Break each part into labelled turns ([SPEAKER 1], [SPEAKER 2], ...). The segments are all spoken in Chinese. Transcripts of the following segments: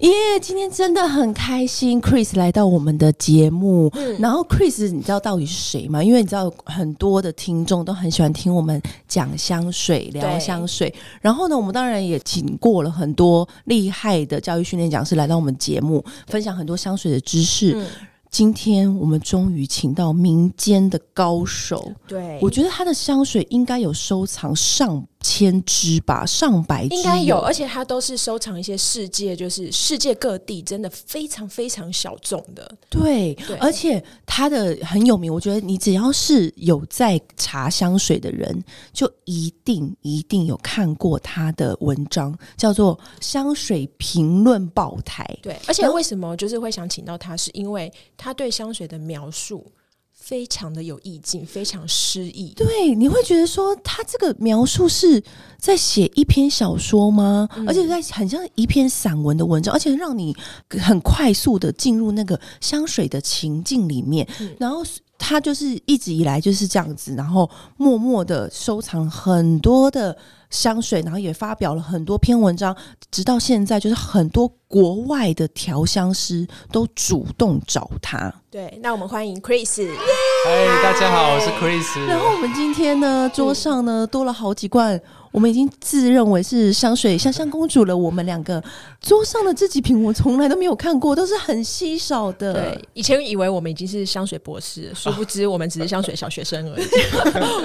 [SPEAKER 1] 耶今天真的很开心，Chris 来到我们的节目。然后 Chris，你知道到底是谁吗？因为你知道很多的听众都很喜欢听我们讲香水、聊
[SPEAKER 2] 对
[SPEAKER 1] 香水。然后呢，我们当然也请过了很多厉害的教育训练讲师来到我们节目，分享很多香水的知识。
[SPEAKER 2] 嗯
[SPEAKER 1] 今天我们终于请到民间的高手，
[SPEAKER 2] 对
[SPEAKER 1] 我觉得他的香水应该有收藏上千支吧，上百支
[SPEAKER 2] 应该有，而且它都是收藏一些世界，就是世界各地真的非常非常小众的。
[SPEAKER 1] 对，
[SPEAKER 2] 对
[SPEAKER 1] 而且它的很有名，我觉得你只要是有在查香水的人，就一定一定有看过他的文章，叫做《香水评论爆台》。
[SPEAKER 2] 对，而且
[SPEAKER 1] 然后
[SPEAKER 2] 为什么就是会想请到他，是因为他对香水的描述非常的有意境，非常诗意。
[SPEAKER 1] 对，你会觉得说他这个描述是在写一篇小说吗？而且在很像一篇散文的文章，而且让你很快速的进入那个香水的情境里面，然后。他就是一直以来就是这样子，然后默默的收藏很多的香水，然后也发表了很多篇文章，直到现在，就是很多国外的调香师都主动找他。
[SPEAKER 2] 对，那我们欢迎 Chris。
[SPEAKER 3] 嗨，大家好，我是 Chris。
[SPEAKER 1] 然后我们今天呢，桌上呢多了好几罐，我们已经自认为是香水香香公主了。我们两个桌上的这几瓶，我从来都没有看过，都是很稀少的。
[SPEAKER 2] 对，以前以为我们已经是香水博士了，殊不知我们只是香水小学生而已。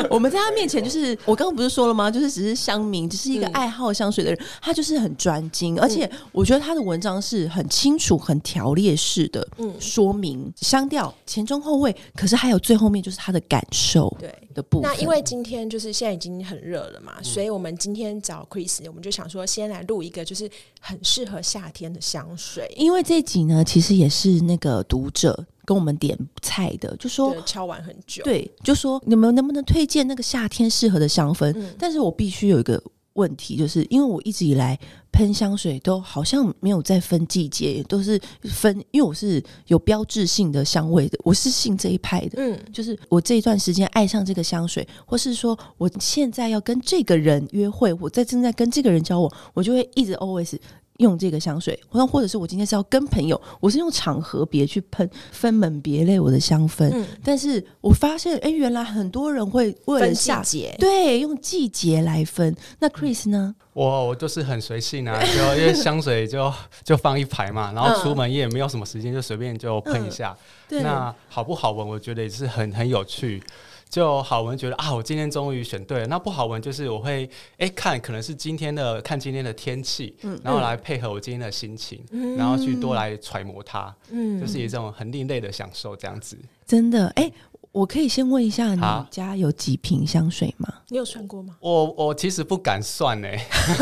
[SPEAKER 1] 我们在他面前，就是我刚刚不是说了吗？就是只是乡民，只是一个爱好香水的人，他就是很专精，而
[SPEAKER 2] 嗯
[SPEAKER 1] 且我觉得他的文章是很清楚、很条列式的
[SPEAKER 2] 嗯
[SPEAKER 1] 说明香调前中后味，可是还有最后面就是他的感受
[SPEAKER 2] 对，嗯
[SPEAKER 1] 的部分。
[SPEAKER 2] 那因为今天就是现在已经很热了嘛，所以我们今天找 Chris，我们就想说先来录一个就是很适合夏天的香水，
[SPEAKER 1] 因为这集呢，其实也是那个读者跟我们点菜的，就说
[SPEAKER 2] 对，敲完很久。
[SPEAKER 1] 对，就说你们能不能推荐那个夏天适合的香氛？
[SPEAKER 2] 嗯
[SPEAKER 1] 但是我必须有一个问题，就是因为我一直以来喷香水都好像没有在分季节，也都是分，因为我是有标志性的香味的，我是信这一派的。
[SPEAKER 2] 嗯，
[SPEAKER 1] 就是我这一段时间爱上这个香水，或是说我现在要跟这个人约会，我在正在跟这个人交往，我就会一直 always 用这个香水。或或者是我今天是要跟朋友，我是用场合别去喷分门别类我的香氛。
[SPEAKER 2] 嗯
[SPEAKER 1] 但是我发现，哎、原来很多人会为了
[SPEAKER 2] 分季
[SPEAKER 1] 夏
[SPEAKER 2] 节，嗯
[SPEAKER 1] 对用季节来分。那 Chris 呢？
[SPEAKER 3] 我我就是很随性 啊，就因为香水就就放一排嘛，然后出门也没有什么时间，就随便就喷一下。
[SPEAKER 1] 对，
[SPEAKER 3] 那好不好闻，我觉得也是很很有趣。就好闻，觉得啊，我今天终于选对了。那不好闻，就是我会哎、看，可能是今天的看今天的天气，然后来配合我今天的心情，然后去多来揣摩它，
[SPEAKER 2] 嗯
[SPEAKER 3] 就是一种很另类的享受这样子。
[SPEAKER 1] 真的，哎、我可以先问一下，你
[SPEAKER 3] 好
[SPEAKER 1] 家有几瓶香水吗？
[SPEAKER 2] 你有穿过吗？
[SPEAKER 3] 我我其实不敢算呢，欸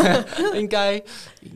[SPEAKER 3] 应该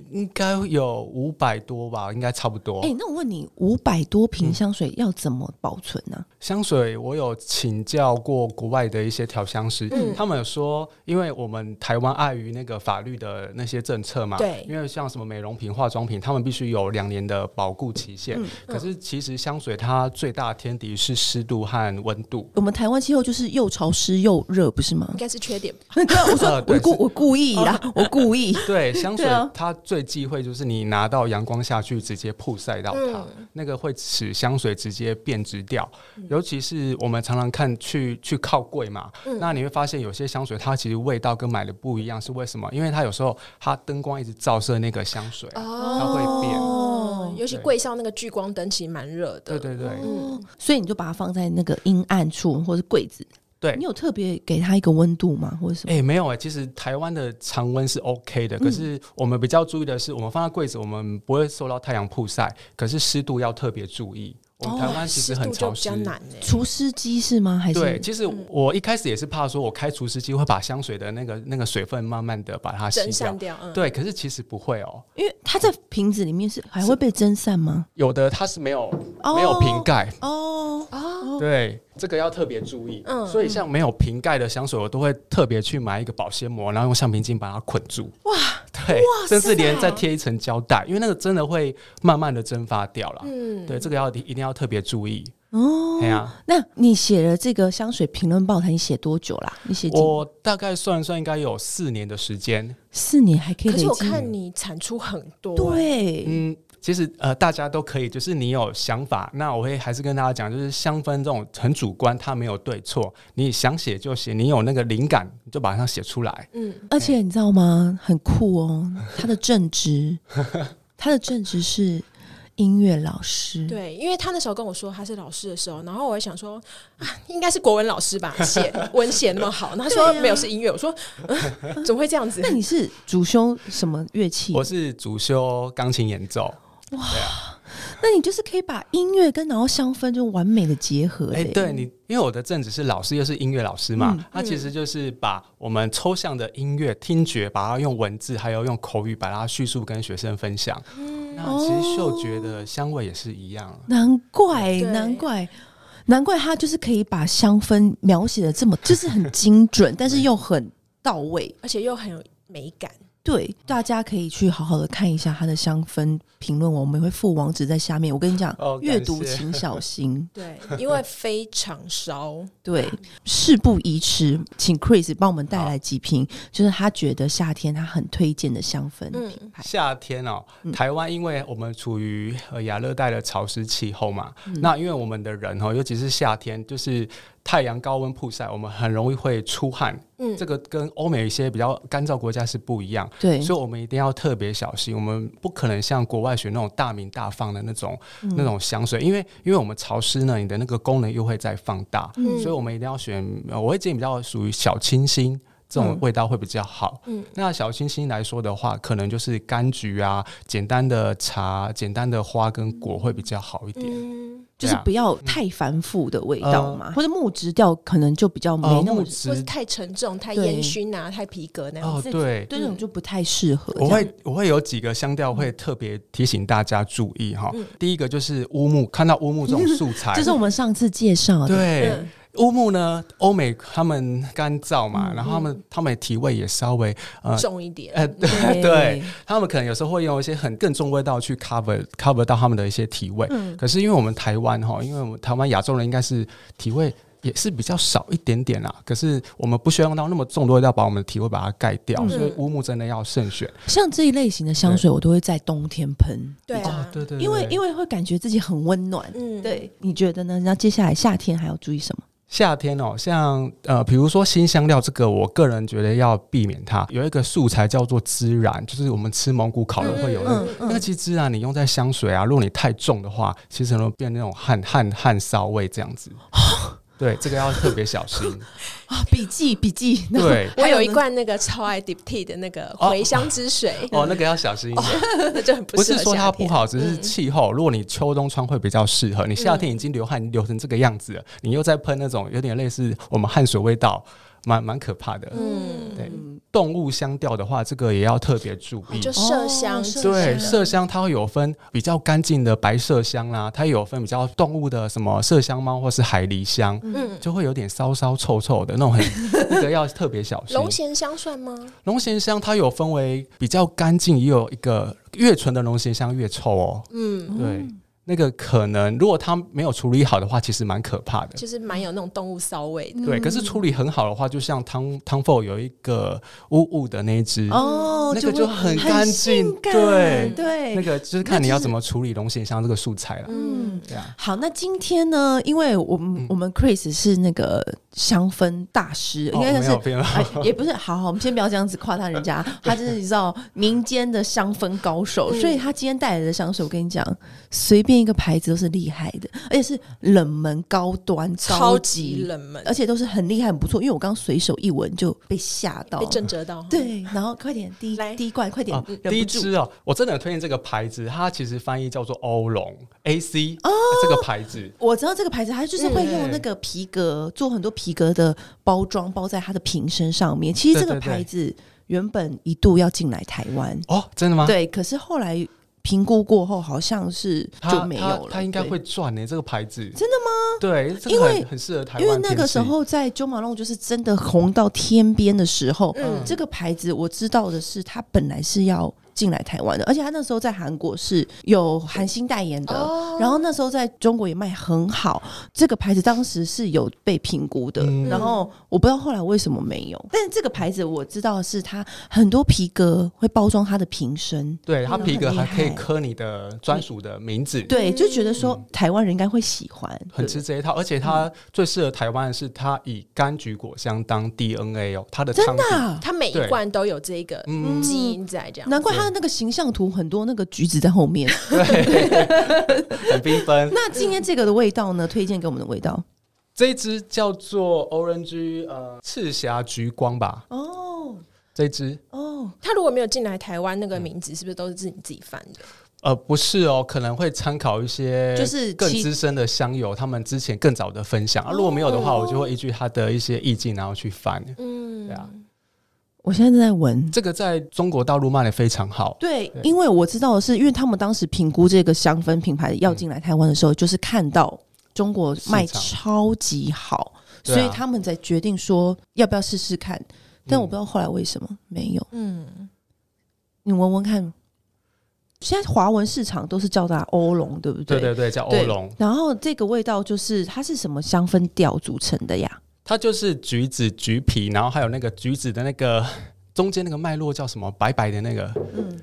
[SPEAKER 3] 应该有五百多吧，应该差不多。
[SPEAKER 2] 哦
[SPEAKER 1] 哎、那我问你，五百多
[SPEAKER 3] 嗯
[SPEAKER 1] 瓶香水要怎么保存呢、
[SPEAKER 3] 香水我有请教过国外的一些调香师，
[SPEAKER 2] 嗯
[SPEAKER 3] 他们有说，因为我们台湾碍于那个法律的那些政策嘛，
[SPEAKER 2] 对
[SPEAKER 3] 因为像什么美容品、化妆品，他们必须有两年的保固期限。
[SPEAKER 2] 嗯
[SPEAKER 3] 可是其实香水它最大的天敌是湿度和温度。
[SPEAKER 1] 我们台湾气候就是又潮湿又热，不是 吗
[SPEAKER 2] 应？该是缺点吧。
[SPEAKER 1] 对 啊，我说
[SPEAKER 3] 呃对
[SPEAKER 1] 我故
[SPEAKER 3] 是
[SPEAKER 1] 我故意啦，我故意。
[SPEAKER 3] 对，香水
[SPEAKER 1] 对啊
[SPEAKER 3] 它最忌讳就是你拿到阳光下去直接曝晒到它，
[SPEAKER 2] 嗯
[SPEAKER 3] 那个会使香水直接变质掉。尤其是我们常常看去去靠柜嘛，
[SPEAKER 2] 嗯
[SPEAKER 3] 那你会发现有些香水它其实味道跟买的不一样，是为什么？因为它有时候它灯光一直照射那个香水，它
[SPEAKER 2] 哦，
[SPEAKER 3] 会变。
[SPEAKER 1] 哦
[SPEAKER 2] 尤其
[SPEAKER 3] 对
[SPEAKER 2] 贵校那个聚光灯其实蛮热的。
[SPEAKER 3] 对对对、
[SPEAKER 2] 嗯
[SPEAKER 1] 哦，所以你就把它放在那个阴暗处或是柜子。
[SPEAKER 3] 对
[SPEAKER 1] 你。有特别给它一个温度吗，或者什么？
[SPEAKER 3] 哎、没有哎、其实台湾的常温是 OK
[SPEAKER 2] 嗯
[SPEAKER 3] 的，可是我们比较注意的是，我们放在柜子，我们不会受到太阳曝晒，可是湿度要特别注意。我
[SPEAKER 1] 哦
[SPEAKER 3] 们台湾其实
[SPEAKER 2] 哦湿
[SPEAKER 3] 很
[SPEAKER 2] 度就
[SPEAKER 3] 潮
[SPEAKER 2] 比
[SPEAKER 3] 湿，
[SPEAKER 2] 较难欸呢。
[SPEAKER 1] 除湿机是吗？还是
[SPEAKER 3] 对，其实
[SPEAKER 2] 嗯
[SPEAKER 3] 我一开始也是怕说，我开除湿机会把香水的那个那个水分慢慢的把它吸
[SPEAKER 2] 蒸
[SPEAKER 3] 掉
[SPEAKER 2] 散。掉，嗯，
[SPEAKER 3] 对，可是其实不会哦，
[SPEAKER 1] 因为它在瓶子里面是还会被蒸散吗？
[SPEAKER 3] 有的它是没有
[SPEAKER 1] 哦
[SPEAKER 3] 没有瓶盖，
[SPEAKER 1] 哦，
[SPEAKER 3] 对，这个要特别注意。
[SPEAKER 2] 嗯
[SPEAKER 3] 所以像没有瓶盖的香水，我都会特别去买一个保鲜膜，然后用橡皮筋把它捆住。哇，对，
[SPEAKER 2] 哇
[SPEAKER 3] 甚至
[SPEAKER 2] 真的
[SPEAKER 3] 连
[SPEAKER 2] 哦
[SPEAKER 3] 再贴一层胶带，因为那个真的会慢慢的蒸发掉了。
[SPEAKER 2] 嗯，
[SPEAKER 3] 对，这个要一定要特别注意。
[SPEAKER 1] 哦
[SPEAKER 3] 哎呀、
[SPEAKER 1] 那你写了这个香水评论报刊，你写多久啦？你写几
[SPEAKER 3] 我大概算一算，应该有四年的时间。
[SPEAKER 1] 四年还可以累
[SPEAKER 2] 可
[SPEAKER 1] 积
[SPEAKER 2] 是我看你产出很多、欸，
[SPEAKER 1] 对，
[SPEAKER 3] 嗯，其实呃，大家都可以，就是你有想法，那我会还是跟大家讲，就是香氛这种很主观，它没有对错，你想写就写，你有那个灵感你就把它写出来。
[SPEAKER 2] 嗯，
[SPEAKER 1] 而且你知道吗？很酷哦，他的正 职，他的正职是音乐老师。，
[SPEAKER 2] 对，因为他那时候跟我说他是老师的时候，然后我还想说啊，应该是国文老师吧， 写文写那么好，然后他说
[SPEAKER 1] 对啊
[SPEAKER 2] 没有是音乐，我说、 嗯怎么会这样子
[SPEAKER 1] 那？你是主修什么乐器？
[SPEAKER 3] 我是主修钢琴演奏，
[SPEAKER 1] 那你就是可以把音乐跟然后香氛就完美的结合。欸
[SPEAKER 3] 哎、对你，因为我的正职是老师，又是音乐老师嘛，
[SPEAKER 1] 嗯
[SPEAKER 3] 他其实就是把我们抽象的音乐听觉，把它用文字还有用口语把它叙述跟学生分享。那其实嗅觉的香味也是一样。
[SPEAKER 1] 难怪，
[SPEAKER 2] 对
[SPEAKER 1] 难怪。难怪他就是可以把香氛描写的这么，就是很精准，但是又很到位。
[SPEAKER 2] 而且又很有美感，
[SPEAKER 1] 对，大家可以去好好的看一下他的香氛评论，我们也会附网址在下面。我跟你讲
[SPEAKER 3] 哦，感
[SPEAKER 1] 阅读
[SPEAKER 3] 谢
[SPEAKER 1] 请小心。
[SPEAKER 2] 对，因为非常烧，
[SPEAKER 1] 对，事不宜迟，请 Chris 帮我们带
[SPEAKER 3] 好
[SPEAKER 1] 来几瓶，就是他觉得夏天他很推荐的香氛
[SPEAKER 2] 嗯
[SPEAKER 1] 品牌。
[SPEAKER 3] 夏天哦，
[SPEAKER 1] 嗯
[SPEAKER 3] 台湾因为我们处于呃亚热带的潮湿气候嘛，
[SPEAKER 1] 嗯
[SPEAKER 3] 那因为我们的人哦，尤其是夏天，就是太阳高温曝晒，我们很容易会出汗，
[SPEAKER 2] 嗯
[SPEAKER 3] 这，个跟欧美一些比较干燥国家是不一样。
[SPEAKER 1] 对，
[SPEAKER 3] 所以我们一定要特别小心，我们不可能像国外学那种大名大放的那种、
[SPEAKER 1] 嗯
[SPEAKER 3] 那种香水，因为因为我们潮湿呢，你的那个功能又会再放大，
[SPEAKER 2] 嗯
[SPEAKER 3] 所以我们一定要选，呃我会建议比较属于小清新。这种
[SPEAKER 1] 嗯
[SPEAKER 3] 味道会比较好。
[SPEAKER 2] 嗯
[SPEAKER 3] 那小清新来说的话，可能就是柑橘啊，简单的茶、简单的花跟果会比较好一点。
[SPEAKER 2] 嗯，
[SPEAKER 1] 就是
[SPEAKER 3] 对啊
[SPEAKER 1] 不要太繁复的味道
[SPEAKER 3] 嗯
[SPEAKER 1] 嘛，或者木质调可能就比较没
[SPEAKER 3] 呃，
[SPEAKER 1] 那么
[SPEAKER 3] 木，
[SPEAKER 2] 或是
[SPEAKER 3] 质
[SPEAKER 2] 太沉重、太
[SPEAKER 1] 对
[SPEAKER 2] 烟熏啊、太皮革那样
[SPEAKER 3] 哦，
[SPEAKER 2] 子，
[SPEAKER 3] 对，
[SPEAKER 1] 对那种就不太适合。这
[SPEAKER 3] 我
[SPEAKER 1] 样
[SPEAKER 3] 会我会有几个香调
[SPEAKER 1] 嗯
[SPEAKER 3] 会特别提醒大家注意哈。
[SPEAKER 2] 嗯
[SPEAKER 3] 第一个就是乌木，看到乌木这种素材，
[SPEAKER 1] 这是我们上次介绍的，
[SPEAKER 3] 对。
[SPEAKER 2] 嗯
[SPEAKER 3] 乌木呢，欧美他们干燥嘛，
[SPEAKER 1] 嗯
[SPEAKER 3] 然后他们他们的体味也稍微呃
[SPEAKER 2] 重一点，
[SPEAKER 3] 呃，对
[SPEAKER 1] 对
[SPEAKER 3] 对，他们可能有时候会用一些很更重味道去 cover cover 到他们的一些体味。
[SPEAKER 1] 嗯，
[SPEAKER 3] 可是因为我们台湾哈，因为我们台湾亚洲人应该是体味也是比较少一点点啦，可是我们不需要用到那么重的味道把我们的体味把它盖掉，
[SPEAKER 1] 嗯
[SPEAKER 3] 所以乌木真的要慎选。
[SPEAKER 1] 像这一类型的香水，我都会在冬天喷，
[SPEAKER 2] 对
[SPEAKER 3] 哦
[SPEAKER 2] 啊，，
[SPEAKER 3] 对对对，
[SPEAKER 1] 因为因
[SPEAKER 3] 为
[SPEAKER 1] 为会感觉自己很温暖。
[SPEAKER 2] 嗯，
[SPEAKER 1] 对，你觉得呢？那接下来夏天还要注意什么？
[SPEAKER 3] 夏天哦，像呃，比如说新香料这个，我个人觉得要避免它。有一个素材叫做孜然，就是我们吃蒙古烤肉会有那个。
[SPEAKER 1] 嗯嗯
[SPEAKER 3] 那个其实孜然你用在香水啊，如果你太重的话，其实很容易变那种汗汗汗骚味这样子。
[SPEAKER 2] 哦
[SPEAKER 3] 对，这个要特别小心。
[SPEAKER 1] 啊，笔记笔记，然后
[SPEAKER 3] 对，
[SPEAKER 2] 我有
[SPEAKER 1] 还有
[SPEAKER 2] 一
[SPEAKER 1] 呢
[SPEAKER 2] 罐那个超爱 Deep Tea 的那个
[SPEAKER 3] 哦
[SPEAKER 2] 茴香之水，
[SPEAKER 3] 哦，那个要小心一点。
[SPEAKER 2] 那就很不
[SPEAKER 3] 不
[SPEAKER 2] 适
[SPEAKER 3] 是
[SPEAKER 2] 合
[SPEAKER 3] 说
[SPEAKER 2] 夏
[SPEAKER 3] 它不
[SPEAKER 2] 天嗯
[SPEAKER 3] 好，只是气候。如果你秋冬穿会比较适合，你夏天已经流汗流成这个样子了，你又在喷那种有点类似我们汗水味道，蛮蛮可怕的。
[SPEAKER 2] 嗯，
[SPEAKER 3] 对，动物香调的话，这个也要特别注意。
[SPEAKER 2] 就
[SPEAKER 1] 哦
[SPEAKER 2] 麝香，
[SPEAKER 1] 麝
[SPEAKER 3] 对，
[SPEAKER 1] 香
[SPEAKER 3] 嗯麝香它会有分比较干净的白麝香啦、它也有分比较动物的什么麝香猫或是海狸香，
[SPEAKER 2] 嗯，
[SPEAKER 3] 就会有点骚骚臭臭的那种很， 那个要特别小心。
[SPEAKER 2] 龙涎香算吗？
[SPEAKER 3] 龙涎香它有分为比较干净，也有一个越纯的龙涎香越臭哦。
[SPEAKER 2] 嗯，
[SPEAKER 3] 对，那个可能如果它没有处理好的话，其实蛮可怕的。
[SPEAKER 2] 就是蛮有那种动物骚味的，
[SPEAKER 3] 对，可是处理很好的话，就像汤汤 f 有一个乌雾的那一只，
[SPEAKER 1] 哦，
[SPEAKER 3] 那个就
[SPEAKER 1] 会
[SPEAKER 3] 很
[SPEAKER 1] 很
[SPEAKER 3] 干净
[SPEAKER 1] 性感
[SPEAKER 3] 对
[SPEAKER 1] 对，
[SPEAKER 3] 那个就是看你要怎么处理龙涎香这个素材了。
[SPEAKER 2] 嗯，
[SPEAKER 3] 对啊，
[SPEAKER 1] 好，那今天呢？因为我们、
[SPEAKER 3] 嗯
[SPEAKER 1] 我们 Chris 是那个香氛大师，应该
[SPEAKER 3] 哦、没
[SPEAKER 1] 是、
[SPEAKER 3] 有没有
[SPEAKER 1] 哎，也不是。好好，我们先不要这样子夸他人家，他真的你知道民间的香氛高手，
[SPEAKER 2] 嗯
[SPEAKER 1] 所以他今天带来的香水，我跟你讲，随便一个牌子都是厉害的，而且是冷门、高端、
[SPEAKER 2] 超级
[SPEAKER 1] 级，
[SPEAKER 2] 冷门，
[SPEAKER 1] 而且都是很厉害、很不错。因为我刚随手一闻就被吓到
[SPEAKER 2] 被，震折到，，
[SPEAKER 1] 对，然后快点第一
[SPEAKER 2] 来
[SPEAKER 1] 第一罐，快点，
[SPEAKER 3] 啊
[SPEAKER 1] 忍，
[SPEAKER 3] 第一
[SPEAKER 1] 不住。
[SPEAKER 3] 支哦，我真的有推荐这个牌子，它其实翻译叫做欧龙 A C 哦，这个牌子
[SPEAKER 1] 我知道这个牌子，它
[SPEAKER 3] 嗯
[SPEAKER 1] 就是会用那个皮革、做很多皮革的包装，包在它的瓶身上面。其实这个
[SPEAKER 3] 对对对
[SPEAKER 1] 牌子原本一度要进来台湾，
[SPEAKER 3] 哦，真的吗？
[SPEAKER 1] 对，可是后来评估过后，好像是
[SPEAKER 3] 它
[SPEAKER 1] 就没有
[SPEAKER 3] 它
[SPEAKER 1] 了。
[SPEAKER 3] 它应该
[SPEAKER 1] 对
[SPEAKER 3] 会赚呢、这个牌子
[SPEAKER 1] 真的吗？
[SPEAKER 3] 对，这
[SPEAKER 1] 因
[SPEAKER 3] 个
[SPEAKER 1] 为
[SPEAKER 3] 很很适合台湾
[SPEAKER 1] 因为那个
[SPEAKER 3] 天
[SPEAKER 1] 时
[SPEAKER 3] 气
[SPEAKER 1] 候在九马龙就是真的红到天边的时候，
[SPEAKER 2] 嗯
[SPEAKER 1] 这个牌子我知道的是，它本来是要进来台湾的，而且它那时候在韩国是有韩星代言的，
[SPEAKER 2] 哦
[SPEAKER 1] 然后那时候在中国也卖很好。这个牌子当时是有被评估的，
[SPEAKER 3] 嗯
[SPEAKER 1] 然后我不知道后来为什么没有。但这个牌子我知道的是，它很多皮革会包装它的瓶身。
[SPEAKER 3] 对它
[SPEAKER 1] 嗯
[SPEAKER 3] 皮革
[SPEAKER 1] 很厉
[SPEAKER 3] 还可以
[SPEAKER 1] 害
[SPEAKER 3] 刻你的专属的名字，
[SPEAKER 1] 对，就觉得说
[SPEAKER 2] 嗯
[SPEAKER 1] 台湾人应该会喜欢，
[SPEAKER 3] 很
[SPEAKER 1] 对
[SPEAKER 3] 吃这一套。而且
[SPEAKER 1] 嗯
[SPEAKER 3] 它最适合台湾的是，它以柑橘果香当 DNA 哦，它的
[SPEAKER 1] 真
[SPEAKER 3] 汤
[SPEAKER 1] 的
[SPEAKER 3] 底，
[SPEAKER 1] 啊、
[SPEAKER 2] 它每一
[SPEAKER 3] 对
[SPEAKER 2] 罐都有这个
[SPEAKER 3] 嗯，
[SPEAKER 2] 基因在这样。
[SPEAKER 1] 难怪它的那个形象图很多那个橘子在后面。
[SPEAKER 3] 很缤 纷。
[SPEAKER 1] 那今天这个的味道呢？推荐给我们的味道
[SPEAKER 3] 这一支叫做 Orange 呃赤霞橘光吧，
[SPEAKER 1] 哦
[SPEAKER 3] 这一支
[SPEAKER 1] 哦，
[SPEAKER 2] 它如果没有进来台湾，那个名字是不是都是自己自己翻的？
[SPEAKER 3] 呃不是哦，可能会参考一些
[SPEAKER 1] 就是
[SPEAKER 3] 更
[SPEAKER 1] 其
[SPEAKER 3] 资深的香友他们之前更早的分享。啊、如果没有的话，我就
[SPEAKER 1] 哦
[SPEAKER 3] 会依据它的一些意境然后去翻。
[SPEAKER 2] 嗯，
[SPEAKER 3] 对啊，
[SPEAKER 1] 我现在正在闻。
[SPEAKER 3] 这个在中国大陆卖的非常好。
[SPEAKER 1] 对，因为我知道的是，因为他们当时评估这个香氛品牌要进来台湾的时候，就是看到中国卖
[SPEAKER 3] 市场
[SPEAKER 1] 超级好，
[SPEAKER 3] 对
[SPEAKER 1] 所
[SPEAKER 3] 啊
[SPEAKER 1] 以他们才决定说要不要试试看。但我不知道后来为什么没有。
[SPEAKER 2] 嗯，
[SPEAKER 1] 你闻闻看，现在华文市场都是叫它欧龙，对不
[SPEAKER 3] 对
[SPEAKER 1] 对？
[SPEAKER 3] 对对，叫欧
[SPEAKER 1] 对
[SPEAKER 3] 龙，
[SPEAKER 1] 然后这个味道就是它是什么香氛调组成的呀？
[SPEAKER 3] 它就是橘子橘皮，然后还有那个橘子的那个中间那个脉络叫什么？白白的那个，
[SPEAKER 1] 嗯，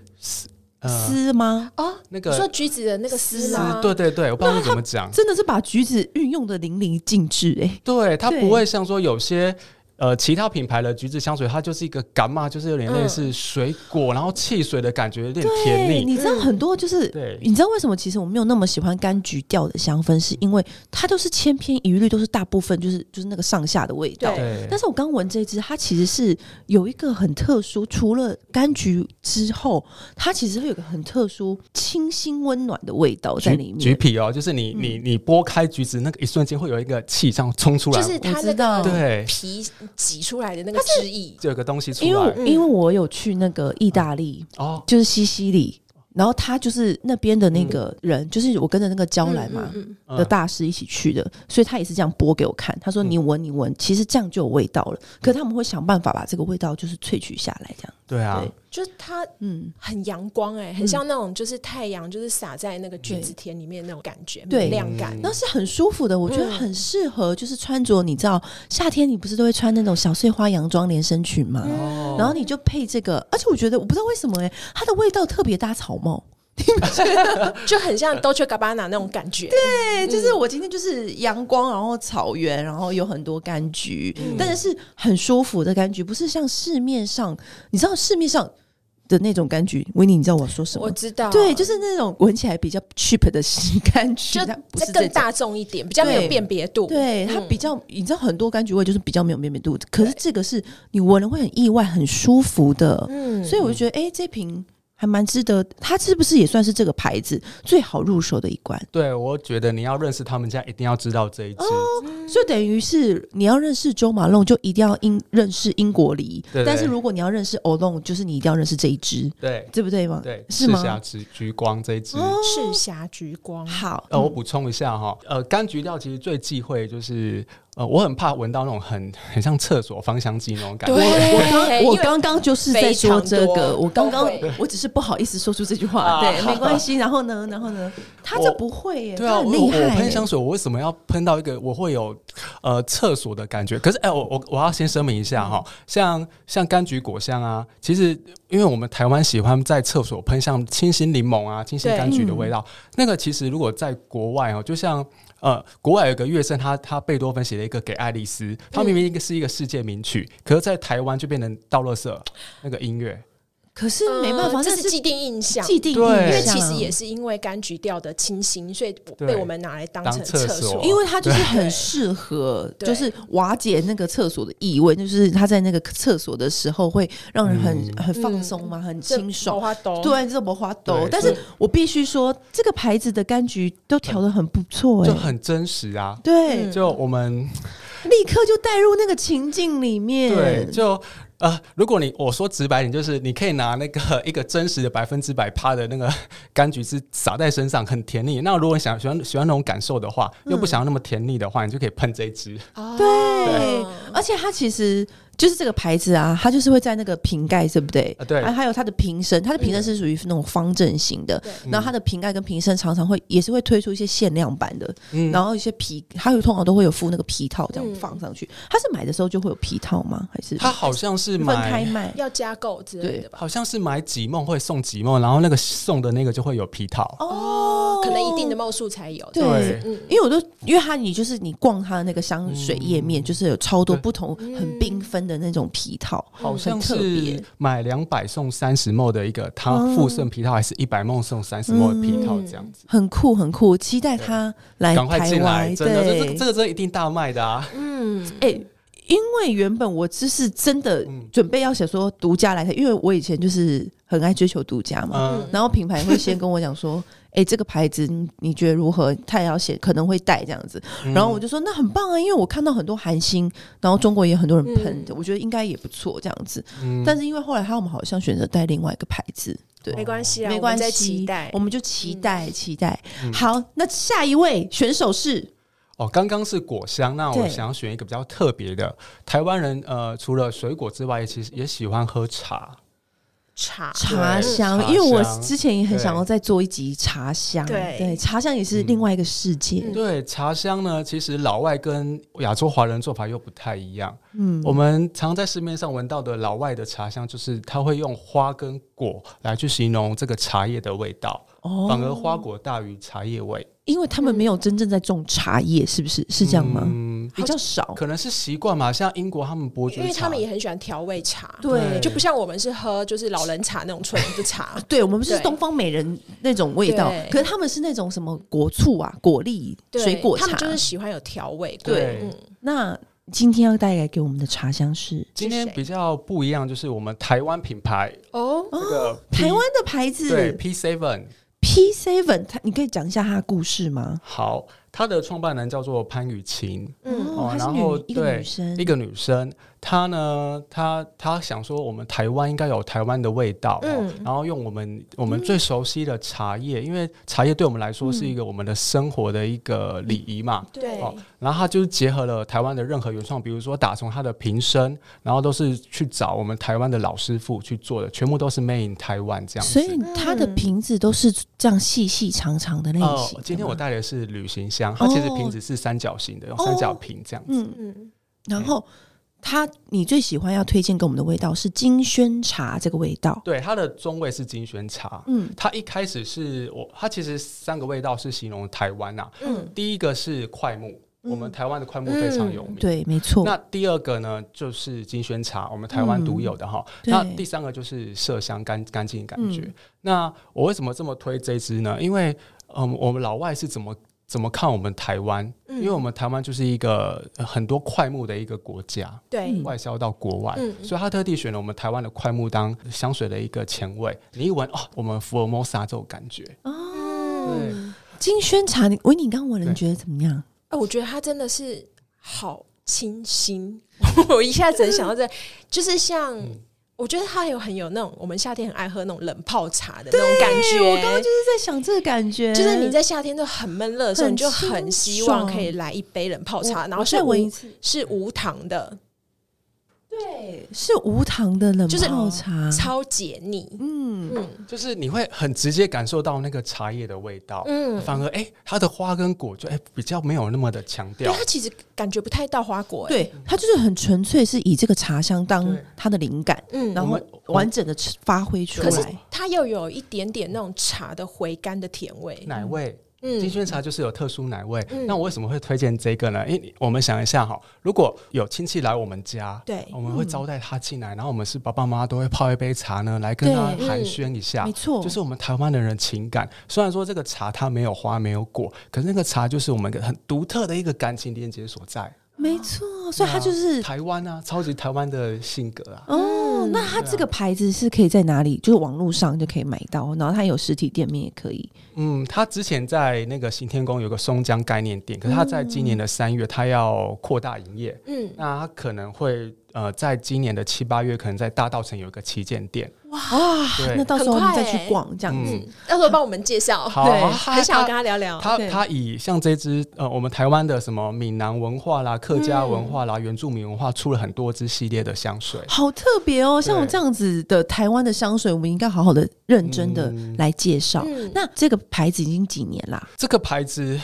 [SPEAKER 3] 呃，
[SPEAKER 1] 丝吗？
[SPEAKER 2] 哦，
[SPEAKER 3] 那
[SPEAKER 2] 你说
[SPEAKER 3] 个
[SPEAKER 2] 橘子的那个丝吗？
[SPEAKER 3] 丝，对对对，我不知道怎么讲，
[SPEAKER 1] 真的是把橘子运用的淋漓尽致哎、
[SPEAKER 3] 对，它
[SPEAKER 1] 对
[SPEAKER 3] 不会像说有些。呃，其他品牌的橘子香水，它就是一个干嘛，就是有点类似水果，然后汽水的感觉，有点甜
[SPEAKER 1] 对，
[SPEAKER 3] 腻。
[SPEAKER 1] 你知道很多就是。
[SPEAKER 3] 对，
[SPEAKER 1] 你知道为什么？其实我没有那么喜欢柑橘调的香氛，是因为它都是千篇一律，都是大部分就是就是那个上下的味道。
[SPEAKER 2] 对
[SPEAKER 3] 对，
[SPEAKER 1] 但是我刚闻这支，它其实是有一个很特殊，除了柑橘之后，它其实会有一个很特殊、清新温暖的味道在里
[SPEAKER 3] 橘橘
[SPEAKER 1] 面。嗯
[SPEAKER 3] 皮哦，就是你你你剥开橘子那个一瞬间，会有一个气这样冲出来，
[SPEAKER 2] 就是它
[SPEAKER 1] 我
[SPEAKER 2] 那
[SPEAKER 1] 知道
[SPEAKER 2] 个
[SPEAKER 3] 对，
[SPEAKER 2] 皮挤出来的那个汁液。
[SPEAKER 3] 就有个东西出
[SPEAKER 1] 因为
[SPEAKER 3] 来
[SPEAKER 1] 我因为我有去那个意大利，
[SPEAKER 3] 哦，
[SPEAKER 1] 就是西西里，然后他就是那边的那个人，就是我跟着那个娇兰嘛，
[SPEAKER 2] 嗯嗯嗯
[SPEAKER 1] 的大师一起去的，所以他也是这样播给我看。他说：“
[SPEAKER 3] 嗯
[SPEAKER 1] 你闻，你闻，其实这样就有味道了。可他们会想办法把这个味道就是萃取下来，这样。
[SPEAKER 3] 对啊，
[SPEAKER 1] 对
[SPEAKER 2] 就是它
[SPEAKER 1] 嗯，
[SPEAKER 2] 很阳光哎、很像那种就是太阳就是洒在那个橘子田里面那种感觉，
[SPEAKER 1] 对
[SPEAKER 2] 明亮感。
[SPEAKER 1] 那是很舒服的，我觉得
[SPEAKER 2] 嗯
[SPEAKER 1] 很适合，就是穿着，你知道，夏天你不是都会穿那种小碎花洋装连身裙吗？
[SPEAKER 2] 嗯
[SPEAKER 3] 哦
[SPEAKER 1] 然后你就配这个，而且我觉得我不知道为什么哎、它的味道特别搭草帽。
[SPEAKER 2] 就很像 Dolce Gabbana 那种感觉。
[SPEAKER 1] 对，哎就是
[SPEAKER 2] 嗯
[SPEAKER 1] 我今天就是阳光，然后草原，然后有很多柑橘，
[SPEAKER 2] 嗯
[SPEAKER 1] 但是是很舒服的柑橘，不是像市面上，你知道市面上的那种柑橘，维尼，你知道我说什
[SPEAKER 2] 我
[SPEAKER 1] 么？
[SPEAKER 2] 知道，
[SPEAKER 1] 对，就是那种闻起来比较 cheap 的 新柑橘，
[SPEAKER 2] 就
[SPEAKER 1] 它不
[SPEAKER 2] 再
[SPEAKER 1] 是这
[SPEAKER 2] 更
[SPEAKER 1] 种。
[SPEAKER 2] 大众一点，比较没有
[SPEAKER 1] 对
[SPEAKER 2] 辨别度。嗯
[SPEAKER 1] 对它比较，你知道很多柑橘味就是比较没有辨别度，可是这个是你闻了会很意外、很舒服的，
[SPEAKER 2] 嗯，
[SPEAKER 1] 所以我就觉得，哎、这瓶还蛮值得。它是不是也算是这个牌子最好入手的一罐？
[SPEAKER 3] 对，我觉得你要认识他们家，一定要知道这一支。
[SPEAKER 1] 所以等于是你要认识周马龙，就一定要英认识英国梨。
[SPEAKER 3] 对对
[SPEAKER 1] 但是如果你要认识欧龙，就是你一定要认识这一支，
[SPEAKER 3] 对
[SPEAKER 1] 对不对吗？
[SPEAKER 3] 对，
[SPEAKER 1] 是
[SPEAKER 3] 赤
[SPEAKER 1] 吗哦
[SPEAKER 3] 霞橘橘光这一支。
[SPEAKER 2] 赤霞橘光，
[SPEAKER 1] 好，
[SPEAKER 3] 呃，我补充一下哈，呃，柑橘调其实最忌讳就是，呃，我很怕闻到那种很很像厕所芳香剂那种感觉。
[SPEAKER 1] 我刚我
[SPEAKER 2] 因为
[SPEAKER 1] 刚刚就是在说这
[SPEAKER 2] 非常
[SPEAKER 1] 个，
[SPEAKER 2] 多
[SPEAKER 1] 我刚刚
[SPEAKER 2] 都会
[SPEAKER 1] 我只是不好意思说出这句
[SPEAKER 3] 啊
[SPEAKER 1] 话，对，没关系。然后呢，然后呢，他就不会耶，
[SPEAKER 3] 对啊，
[SPEAKER 1] 他哎很
[SPEAKER 3] 我
[SPEAKER 1] 厉
[SPEAKER 3] 我我
[SPEAKER 1] 害欸
[SPEAKER 3] 喷
[SPEAKER 1] 耶
[SPEAKER 3] 香。水，我为什么要喷到一个我会有呃厕所的感觉？可是哎、我我我要先声明一下
[SPEAKER 1] 嗯
[SPEAKER 3] 哈，像像柑橘果香啊，其实因为我们台湾喜欢在厕所喷像清新柠檬啊、清新柑
[SPEAKER 1] 嗯
[SPEAKER 3] 橘的味道，那个其实如果在国外哦，就像。呃，国外有个乐圣他，他贝多芬写了一个给爱丽丝，他
[SPEAKER 1] 嗯
[SPEAKER 3] 明明一个是一个世界名曲，可是在台湾就变成倒垃圾那个音乐，
[SPEAKER 1] 可是没办法，
[SPEAKER 2] 嗯这
[SPEAKER 1] 那
[SPEAKER 2] 是既定印象。
[SPEAKER 1] 既定印
[SPEAKER 3] 对
[SPEAKER 1] 象，啊
[SPEAKER 2] 因为其实也是因为柑橘调的清新，所以被我们拿来当成
[SPEAKER 3] 当厕
[SPEAKER 2] 厕
[SPEAKER 3] 所
[SPEAKER 1] 因为它就是
[SPEAKER 2] 对
[SPEAKER 1] 很适合，
[SPEAKER 2] 对
[SPEAKER 1] 就是瓦解那个厕所的异味，就是它在那个厕所的时候会让人很、
[SPEAKER 3] 嗯
[SPEAKER 1] 很放松嘛，很清爽。
[SPEAKER 2] 花豆，
[SPEAKER 1] 对，这么花豆
[SPEAKER 3] 对，
[SPEAKER 1] 但
[SPEAKER 3] 所
[SPEAKER 1] 是
[SPEAKER 3] 以
[SPEAKER 1] 我必须说，这个牌子的柑橘都调的很不错、
[SPEAKER 3] 就
[SPEAKER 1] 欸，
[SPEAKER 3] 很真实啊。
[SPEAKER 1] 对，
[SPEAKER 2] 嗯
[SPEAKER 3] 就我们
[SPEAKER 1] 立刻就带入那个情境里面。
[SPEAKER 3] 对，就呃，如果你我说直白点，就是你可以拿那个一个真实的百分之百趴的那个柑橘汁洒在身上，很甜腻。那如果你想喜欢喜欢那种感受的话，又不想要那么甜腻的话，你就可以喷这一支。
[SPEAKER 2] 哦
[SPEAKER 1] 对，而且它其实就是这个牌子啊，它就是会在那个瓶盖，对不 对？
[SPEAKER 3] 啊对嗯
[SPEAKER 1] 啊还有它的瓶身，它的瓶身是属于那种方正型的
[SPEAKER 2] 对，
[SPEAKER 1] 然后它的瓶盖跟瓶身常常会也是会推出一些限量版的，
[SPEAKER 3] 嗯，
[SPEAKER 1] 然后一些皮，它有通常都会有附那个皮套这
[SPEAKER 2] 嗯
[SPEAKER 1] 样放上去。它是买的时候就会有皮套吗？还是
[SPEAKER 3] 它好像是
[SPEAKER 1] 分开
[SPEAKER 3] 买，
[SPEAKER 1] 卖？
[SPEAKER 2] 要加购之类的吧？
[SPEAKER 3] 好像是买几梦会送几梦，然后那个送的那个就会有皮套。
[SPEAKER 1] 哦
[SPEAKER 2] 可能一定的帽数才有。
[SPEAKER 1] 对哦
[SPEAKER 3] 对
[SPEAKER 2] 嗯，
[SPEAKER 1] 因为我都，因为它你就是你逛它的那个香水页面，就是有超多
[SPEAKER 3] 嗯对
[SPEAKER 1] 不同很
[SPEAKER 2] 嗯
[SPEAKER 1] 缤纷的那种皮套，
[SPEAKER 3] 好像
[SPEAKER 1] 很特
[SPEAKER 3] 是
[SPEAKER 1] 别
[SPEAKER 3] 买两百送三十梦的一个，它附赠皮套还是一百梦送三十
[SPEAKER 1] 嗯
[SPEAKER 3] 梦的皮套这样子，
[SPEAKER 1] 很酷很酷，期待它来
[SPEAKER 3] 赶快
[SPEAKER 1] 台
[SPEAKER 3] 进来，
[SPEAKER 1] 湾。
[SPEAKER 3] 真的，这
[SPEAKER 1] 对
[SPEAKER 3] 这，这个真的一定大卖的啊！
[SPEAKER 2] 嗯，
[SPEAKER 1] 哎、因为原本我就是真的
[SPEAKER 3] 嗯
[SPEAKER 1] 准备要写说独家来台，因为我以前就是很爱追求独家嘛，
[SPEAKER 3] 嗯，
[SPEAKER 1] 然后品牌会先跟我讲说， 哎、这个牌子你你觉得如何？他也要写，可能会带这样子。
[SPEAKER 2] 嗯
[SPEAKER 1] 然后我就说那很棒啊，因为我看到很多韩星，然后中国也很多人喷，
[SPEAKER 2] 嗯
[SPEAKER 1] 我觉得应该也不错这样子。
[SPEAKER 3] 嗯
[SPEAKER 1] 但是因为后来他们好像选择带另外一个牌子，对。
[SPEAKER 2] 没关系啊，
[SPEAKER 1] 嗯没关
[SPEAKER 2] 我
[SPEAKER 1] 系，
[SPEAKER 2] 们在期待嗯
[SPEAKER 1] 我。们就期待、期待。好，那下一位选手是
[SPEAKER 3] 哦，刚刚是果香，那我
[SPEAKER 1] 对
[SPEAKER 3] 想要选一个比较特别的。台湾人呃，除了水果之外，其实也喜欢喝茶。
[SPEAKER 2] 茶
[SPEAKER 1] 茶香，
[SPEAKER 3] 茶
[SPEAKER 1] 因
[SPEAKER 3] 香
[SPEAKER 1] 为我之前也很
[SPEAKER 3] 对
[SPEAKER 1] 想要再做一集茶香，
[SPEAKER 2] 对
[SPEAKER 1] 茶香也是另外一个世界。
[SPEAKER 2] 嗯
[SPEAKER 3] 对，茶香呢，其实老外跟亚洲华人做法又不太一样。
[SPEAKER 1] 嗯，
[SPEAKER 3] 我们常在市面上闻到的老外的茶香，就是它会用花跟果来去形容这个茶叶的味道，反而
[SPEAKER 1] 哦，
[SPEAKER 3] 花果大于茶叶味。
[SPEAKER 1] 因为他们没有真正在种茶叶，是不是？是这样吗？
[SPEAKER 3] 嗯，
[SPEAKER 1] 比较少，
[SPEAKER 3] 可能是习惯嘛，像英国他们伯爵
[SPEAKER 2] 因
[SPEAKER 3] 茶，
[SPEAKER 2] 为他们也很喜欢调味茶，
[SPEAKER 1] 对，
[SPEAKER 3] 对
[SPEAKER 1] 就。
[SPEAKER 2] 就不像我们是喝就是老人茶那种纯的茶
[SPEAKER 1] 对我们是
[SPEAKER 2] 对
[SPEAKER 1] 东方美人那种味道
[SPEAKER 2] 对，
[SPEAKER 1] 可是他们是那种什么果醋啊、果粒、
[SPEAKER 2] 对
[SPEAKER 1] 水果茶。
[SPEAKER 2] 他们就是喜欢有调味。
[SPEAKER 3] 对
[SPEAKER 2] 嗯，
[SPEAKER 1] 那今天要带来给我们的茶香是
[SPEAKER 3] 今天比较不一样，就是我们台湾品牌
[SPEAKER 2] 哦，
[SPEAKER 3] 这个 P,
[SPEAKER 1] 台湾的牌
[SPEAKER 3] 对
[SPEAKER 1] 子
[SPEAKER 3] P Seven。
[SPEAKER 1] P Seven，它你可以讲一下它的故事吗？
[SPEAKER 3] 好，它的创办人叫做潘雨晴，
[SPEAKER 2] 嗯，
[SPEAKER 1] 哦，她是
[SPEAKER 3] 然后
[SPEAKER 1] 女一个
[SPEAKER 3] 对
[SPEAKER 1] 女生，
[SPEAKER 3] 一个女生。她呢，她她想说，我们台湾应该有台湾的味道、哦
[SPEAKER 2] 嗯
[SPEAKER 3] 然后用我们我
[SPEAKER 1] 嗯
[SPEAKER 3] 们最熟悉的茶叶，因为茶叶对我们来说是一个我们的生活的一个礼仪嘛。
[SPEAKER 2] 对，
[SPEAKER 3] 哦然后它就是结合了台湾的任何原创，比如说打从它的瓶身，然后都是去找我们台湾的老师傅去做的，全部都是 made in 台湾这样子。
[SPEAKER 1] 所以它的瓶子都是这样细细长长的类型的
[SPEAKER 3] 哦
[SPEAKER 1] 吗。，
[SPEAKER 3] 今天我带的是旅行箱，它
[SPEAKER 1] 哦
[SPEAKER 3] 其实瓶子是三角形的，用三角瓶这样子。
[SPEAKER 1] 嗯，
[SPEAKER 2] 嗯，
[SPEAKER 1] 然后它你最喜欢要推荐给我们的味道是金萱茶这个味道。
[SPEAKER 3] 对，它的中味是金萱茶。
[SPEAKER 1] 嗯
[SPEAKER 3] 它一开始是我，它其实三个味道是形容台湾呐、
[SPEAKER 2] 嗯，
[SPEAKER 3] 第一个是快木，
[SPEAKER 1] 嗯
[SPEAKER 3] 我们台湾的快木非常有名。
[SPEAKER 1] 对，没错。
[SPEAKER 3] 那第二个呢，就是金萱茶，我们台湾独有的哈。
[SPEAKER 1] 嗯对
[SPEAKER 3] 那第三个就是麝香干干净感觉。
[SPEAKER 1] 嗯
[SPEAKER 3] 那我为什么这么推这支呢？因为嗯，我们老外是怎么怎么看我们台湾？
[SPEAKER 2] 嗯
[SPEAKER 3] 因
[SPEAKER 1] 嗯
[SPEAKER 3] 为我们台湾就是一个呃很多快木的一个国家，
[SPEAKER 2] 对
[SPEAKER 1] 嗯，
[SPEAKER 3] 外销到国外，
[SPEAKER 2] 嗯
[SPEAKER 3] 所以他特地选了我们台湾的快木当香水的一个前味。你一闻哦，我们福尔摩沙这种感觉，
[SPEAKER 2] 嗯
[SPEAKER 1] 哦，
[SPEAKER 3] 对，
[SPEAKER 1] 金萱茶，你维你刚闻了，
[SPEAKER 3] 对
[SPEAKER 1] 你觉得怎么样？
[SPEAKER 2] 哎，我觉得它真的是好清新， 我一下子很想到这，就是像。
[SPEAKER 3] 嗯
[SPEAKER 2] 我觉得它有很有那种我们夏天很爱喝那种冷泡茶的那种感觉，
[SPEAKER 1] 我刚刚就是在想这个感觉，
[SPEAKER 2] 就是你在夏天就嗯很闷热的时候，
[SPEAKER 1] 很
[SPEAKER 2] 你就很希望可以来一杯冷泡
[SPEAKER 1] 我
[SPEAKER 2] 茶，然后
[SPEAKER 1] 我
[SPEAKER 2] 是
[SPEAKER 1] 再闻一
[SPEAKER 2] 无
[SPEAKER 1] 次，
[SPEAKER 2] 是无糖的，
[SPEAKER 1] 对，是无糖的冷
[SPEAKER 2] 就是
[SPEAKER 1] 泡茶，
[SPEAKER 2] 超解腻。
[SPEAKER 1] 嗯，
[SPEAKER 2] 嗯
[SPEAKER 3] 就是你会很直接感受到那个茶叶的味道。
[SPEAKER 2] 嗯，
[SPEAKER 3] 反而哎、诶它的花跟果就哎、诶比较没有那么的强
[SPEAKER 2] 对
[SPEAKER 3] 调
[SPEAKER 2] 它。其实感觉不太到花果，，欸
[SPEAKER 1] 对，它就是很纯粹是以这个茶香当
[SPEAKER 3] 对
[SPEAKER 1] 它的灵感，
[SPEAKER 2] 嗯，
[SPEAKER 1] 然
[SPEAKER 3] 我
[SPEAKER 1] 后
[SPEAKER 3] 们我
[SPEAKER 1] 完整的发挥出
[SPEAKER 2] 可是
[SPEAKER 1] 来。
[SPEAKER 2] 它又有一点点那种茶的回甘的甜味，
[SPEAKER 3] 奶味，金
[SPEAKER 2] 嗯
[SPEAKER 3] 萱茶就是有特殊奶味。
[SPEAKER 2] 嗯
[SPEAKER 3] 那我为什么会推荐这个呢？因为我们想一下哈，如果有亲戚来我们家，
[SPEAKER 2] 对嗯
[SPEAKER 3] 我们会招待他进来，然后我们是爸爸妈妈都会泡一杯茶呢，来跟
[SPEAKER 1] 对
[SPEAKER 3] 他
[SPEAKER 2] 嗯
[SPEAKER 3] 寒暄一下
[SPEAKER 1] 没。错，
[SPEAKER 3] 就是我们台湾的人情感，虽然说这个茶它没有花没有果，可是那个茶就是我们一个很独特的一个感情连接所在。
[SPEAKER 1] 没错，
[SPEAKER 3] 啊
[SPEAKER 1] 哦，所以它就是
[SPEAKER 3] 台湾啊，超级台湾的性格啊。
[SPEAKER 1] 哦，那它这个牌子是可以在哪里？就是网络上就可以买到，然后它有实体店面也可以。
[SPEAKER 3] 嗯，他之前在那个行天宫有个松江概念店，可是他在今年的
[SPEAKER 1] 嗯
[SPEAKER 3] 三月，他要扩大营业。
[SPEAKER 2] 嗯，
[SPEAKER 3] 那他可能会呃，在今年的七八月，可能在大道城有一个旗舰店。
[SPEAKER 1] 哇
[SPEAKER 3] 对，
[SPEAKER 1] 那到时候我
[SPEAKER 2] 很快
[SPEAKER 1] 们再去
[SPEAKER 2] 欸
[SPEAKER 1] 逛这样子。
[SPEAKER 3] 嗯
[SPEAKER 2] 到时候帮我们介绍，
[SPEAKER 3] 好
[SPEAKER 1] 对
[SPEAKER 3] 啊，
[SPEAKER 2] 很想要跟
[SPEAKER 3] 他
[SPEAKER 2] 他聊聊。
[SPEAKER 3] 他
[SPEAKER 1] 对
[SPEAKER 3] 他以像这支呃，我们台湾的什么闽南文化啦、客家
[SPEAKER 1] 嗯
[SPEAKER 3] 文化啦、原住民文化，出了很多支系列的香水。
[SPEAKER 1] 好特别哦！像我
[SPEAKER 3] 对
[SPEAKER 1] 这样子的台湾的香水，我们应该好好的、认真的
[SPEAKER 3] 嗯
[SPEAKER 1] 来介绍。
[SPEAKER 2] 嗯
[SPEAKER 1] 那这个牌子已经几年啦？
[SPEAKER 3] 这个牌子，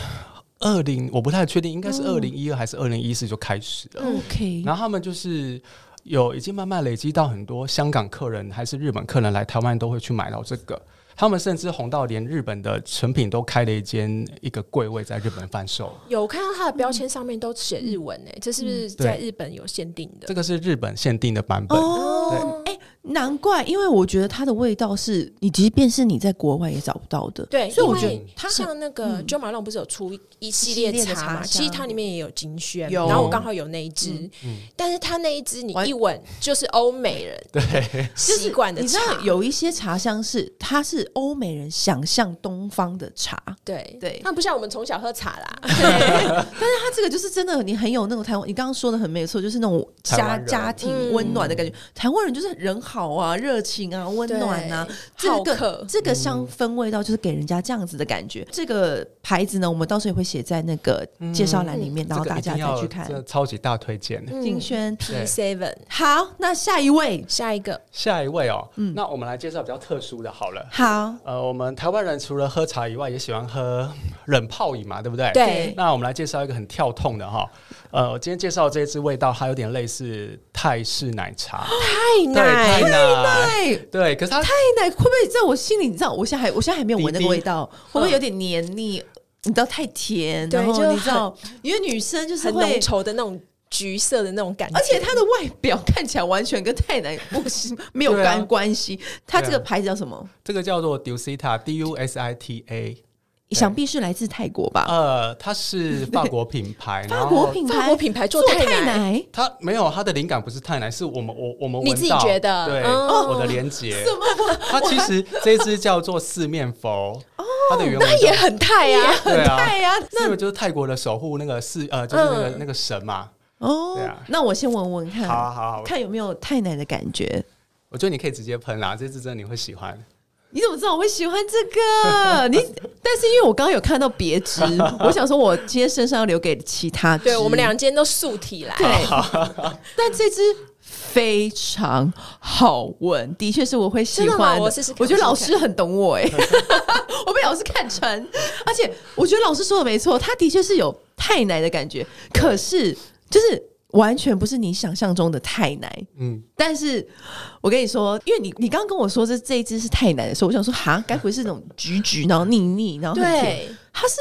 [SPEAKER 3] 二零我不太确定，应该
[SPEAKER 1] 嗯
[SPEAKER 3] 是二零一二还是二零一四就开始了。
[SPEAKER 2] 嗯
[SPEAKER 1] OK，
[SPEAKER 3] 然后他们就是有已经慢慢累积到很多香港客人还是日本客人来台湾都会去买到这个。他们甚至红到连日本的成品都开了一间一个柜位在日本贩售，
[SPEAKER 2] 有看到他的标签上面都写日文诶、欸这是不是在日本有限定的？
[SPEAKER 3] 嗯这个是日本限定的版本。
[SPEAKER 1] 哦，哎、难怪，因为我觉得它的味道是你即便是你在国外也找不到的。
[SPEAKER 2] 对，
[SPEAKER 1] 所以我
[SPEAKER 2] 因
[SPEAKER 1] 觉
[SPEAKER 2] 为
[SPEAKER 1] 得它很
[SPEAKER 2] 像那个 Jo Malone 不是有出一
[SPEAKER 1] 一
[SPEAKER 2] 系
[SPEAKER 1] 系
[SPEAKER 2] 列
[SPEAKER 1] 列的
[SPEAKER 2] 茶嘛？
[SPEAKER 1] 茶
[SPEAKER 2] 其实它
[SPEAKER 1] 香
[SPEAKER 2] 里面也有精选，
[SPEAKER 1] 有嗯
[SPEAKER 2] 然后我刚好有那一支，但是它那一支你
[SPEAKER 1] 完
[SPEAKER 2] 一闻就是欧 美人
[SPEAKER 3] 对，
[SPEAKER 2] 习惯的
[SPEAKER 1] 你知
[SPEAKER 2] 茶，
[SPEAKER 1] 道有一些茶香是它是欧美人想象东方的茶，
[SPEAKER 2] 对
[SPEAKER 1] 对
[SPEAKER 2] 它不像我们从小喝 茶啦，
[SPEAKER 1] 但它这个就是真的，你很有那种台湾，你刚刚说的很没错，就是那种
[SPEAKER 3] 台
[SPEAKER 1] 家
[SPEAKER 3] 湾人
[SPEAKER 1] 家庭
[SPEAKER 2] 嗯
[SPEAKER 1] 温暖的感觉。台湾人就是人好啊，热情啊，温暖啊，
[SPEAKER 2] 对
[SPEAKER 1] 这
[SPEAKER 2] 好客
[SPEAKER 1] 个这个香氛味道就是给人家这样子的感觉。这个牌子呢，我们到时候也会写在那个介绍栏里面，然后
[SPEAKER 3] 这个
[SPEAKER 1] 大
[SPEAKER 3] 一定
[SPEAKER 1] 家再
[SPEAKER 3] 要
[SPEAKER 1] 去看嗯
[SPEAKER 3] 真。的超级大推荐。
[SPEAKER 1] 金轩，
[SPEAKER 2] 嗯 P Seven
[SPEAKER 1] 好，那下一位，
[SPEAKER 2] 下一个
[SPEAKER 3] 下一位哦，
[SPEAKER 1] 嗯
[SPEAKER 3] 那我们来介绍比较特殊的好了。
[SPEAKER 1] 好，
[SPEAKER 3] 呃，我们台湾人除了喝茶以外，也喜欢喝冷泡饮嘛，对不
[SPEAKER 1] 哎
[SPEAKER 3] 对？
[SPEAKER 2] 对
[SPEAKER 3] 那我们来介绍一个很跳痛的哈，呃，我今天介绍这支味道，它有点类似泰式 奶茶，
[SPEAKER 2] 太
[SPEAKER 3] 对，泰
[SPEAKER 2] 奶
[SPEAKER 3] 奶，
[SPEAKER 1] 哎，
[SPEAKER 3] 对，可是它
[SPEAKER 1] 太奶会不会在我心里？你知道，我现在还我现在还没有闻那
[SPEAKER 3] 滴
[SPEAKER 1] 个
[SPEAKER 3] 滴
[SPEAKER 1] 味道，会不会有点黏腻？你知道太甜，
[SPEAKER 2] 对
[SPEAKER 1] 然后
[SPEAKER 2] 就
[SPEAKER 1] 你知道，因为女生就是
[SPEAKER 2] 很
[SPEAKER 1] 会
[SPEAKER 2] 浓稠的那种橘色的那种感觉，
[SPEAKER 1] 而且它的外表看起来完全跟太奶不是没有
[SPEAKER 3] 对啊
[SPEAKER 1] 干关系。它这
[SPEAKER 3] 对
[SPEAKER 1] 个
[SPEAKER 3] 啊
[SPEAKER 1] 牌子叫什么？
[SPEAKER 3] 这个叫做 Dusita D U S I T A，对
[SPEAKER 1] 想必是来自泰国吧？
[SPEAKER 3] 呃，它是法国品 牌，
[SPEAKER 1] 法国
[SPEAKER 3] 然后
[SPEAKER 1] 品牌，
[SPEAKER 2] 法国品牌做
[SPEAKER 1] 做
[SPEAKER 2] 太
[SPEAKER 1] 太
[SPEAKER 2] 奶。
[SPEAKER 1] 奶，
[SPEAKER 3] 它没有它的灵感不是泰奶，是我们我我们
[SPEAKER 2] 你
[SPEAKER 3] 闻
[SPEAKER 2] 自己
[SPEAKER 3] 到
[SPEAKER 2] 觉得
[SPEAKER 3] 对，
[SPEAKER 2] 哦
[SPEAKER 3] 我的连结， 它其实这支叫做四面佛，它的原
[SPEAKER 2] 哦那
[SPEAKER 3] 文
[SPEAKER 2] 也
[SPEAKER 3] 叫
[SPEAKER 2] 很泰呀、啊，
[SPEAKER 3] 对啊。
[SPEAKER 1] 泰呀，
[SPEAKER 3] 那个就是泰国的守护那个是呃，就是那个、
[SPEAKER 2] 嗯
[SPEAKER 3] 那个神嘛。
[SPEAKER 1] 哦
[SPEAKER 3] 对啊，
[SPEAKER 1] 那我先闻闻
[SPEAKER 3] 好啊
[SPEAKER 1] 看，
[SPEAKER 3] 好啊好啊，
[SPEAKER 1] 看有没有太奶的感觉。
[SPEAKER 3] 我觉得你可以直接喷啦，这支真的你会喜欢。
[SPEAKER 1] 你怎么知道我会喜欢这个？ 你但是因为我刚刚有看到别 枝，我想说我今天身上要留给其他枝。
[SPEAKER 2] 对我们两间都素体来，
[SPEAKER 1] 对，但这支非常好闻，的确是我会喜
[SPEAKER 2] 真的
[SPEAKER 1] 欢
[SPEAKER 2] 吗我试试看
[SPEAKER 1] 觉得老
[SPEAKER 2] 我试试
[SPEAKER 1] 师很懂 我哎、我被老师看穿，而且我觉得老师说的没错，他的确是有太奶的感觉，可是就是完全不是你想象中的太奶。
[SPEAKER 3] 嗯，
[SPEAKER 1] 但是我跟你说，因为你你刚刚跟我说这这一支是太奶的时候，我想说哈，该不会是那种橘橘，然后腻腻，然后很甜，
[SPEAKER 2] 对，
[SPEAKER 1] 它是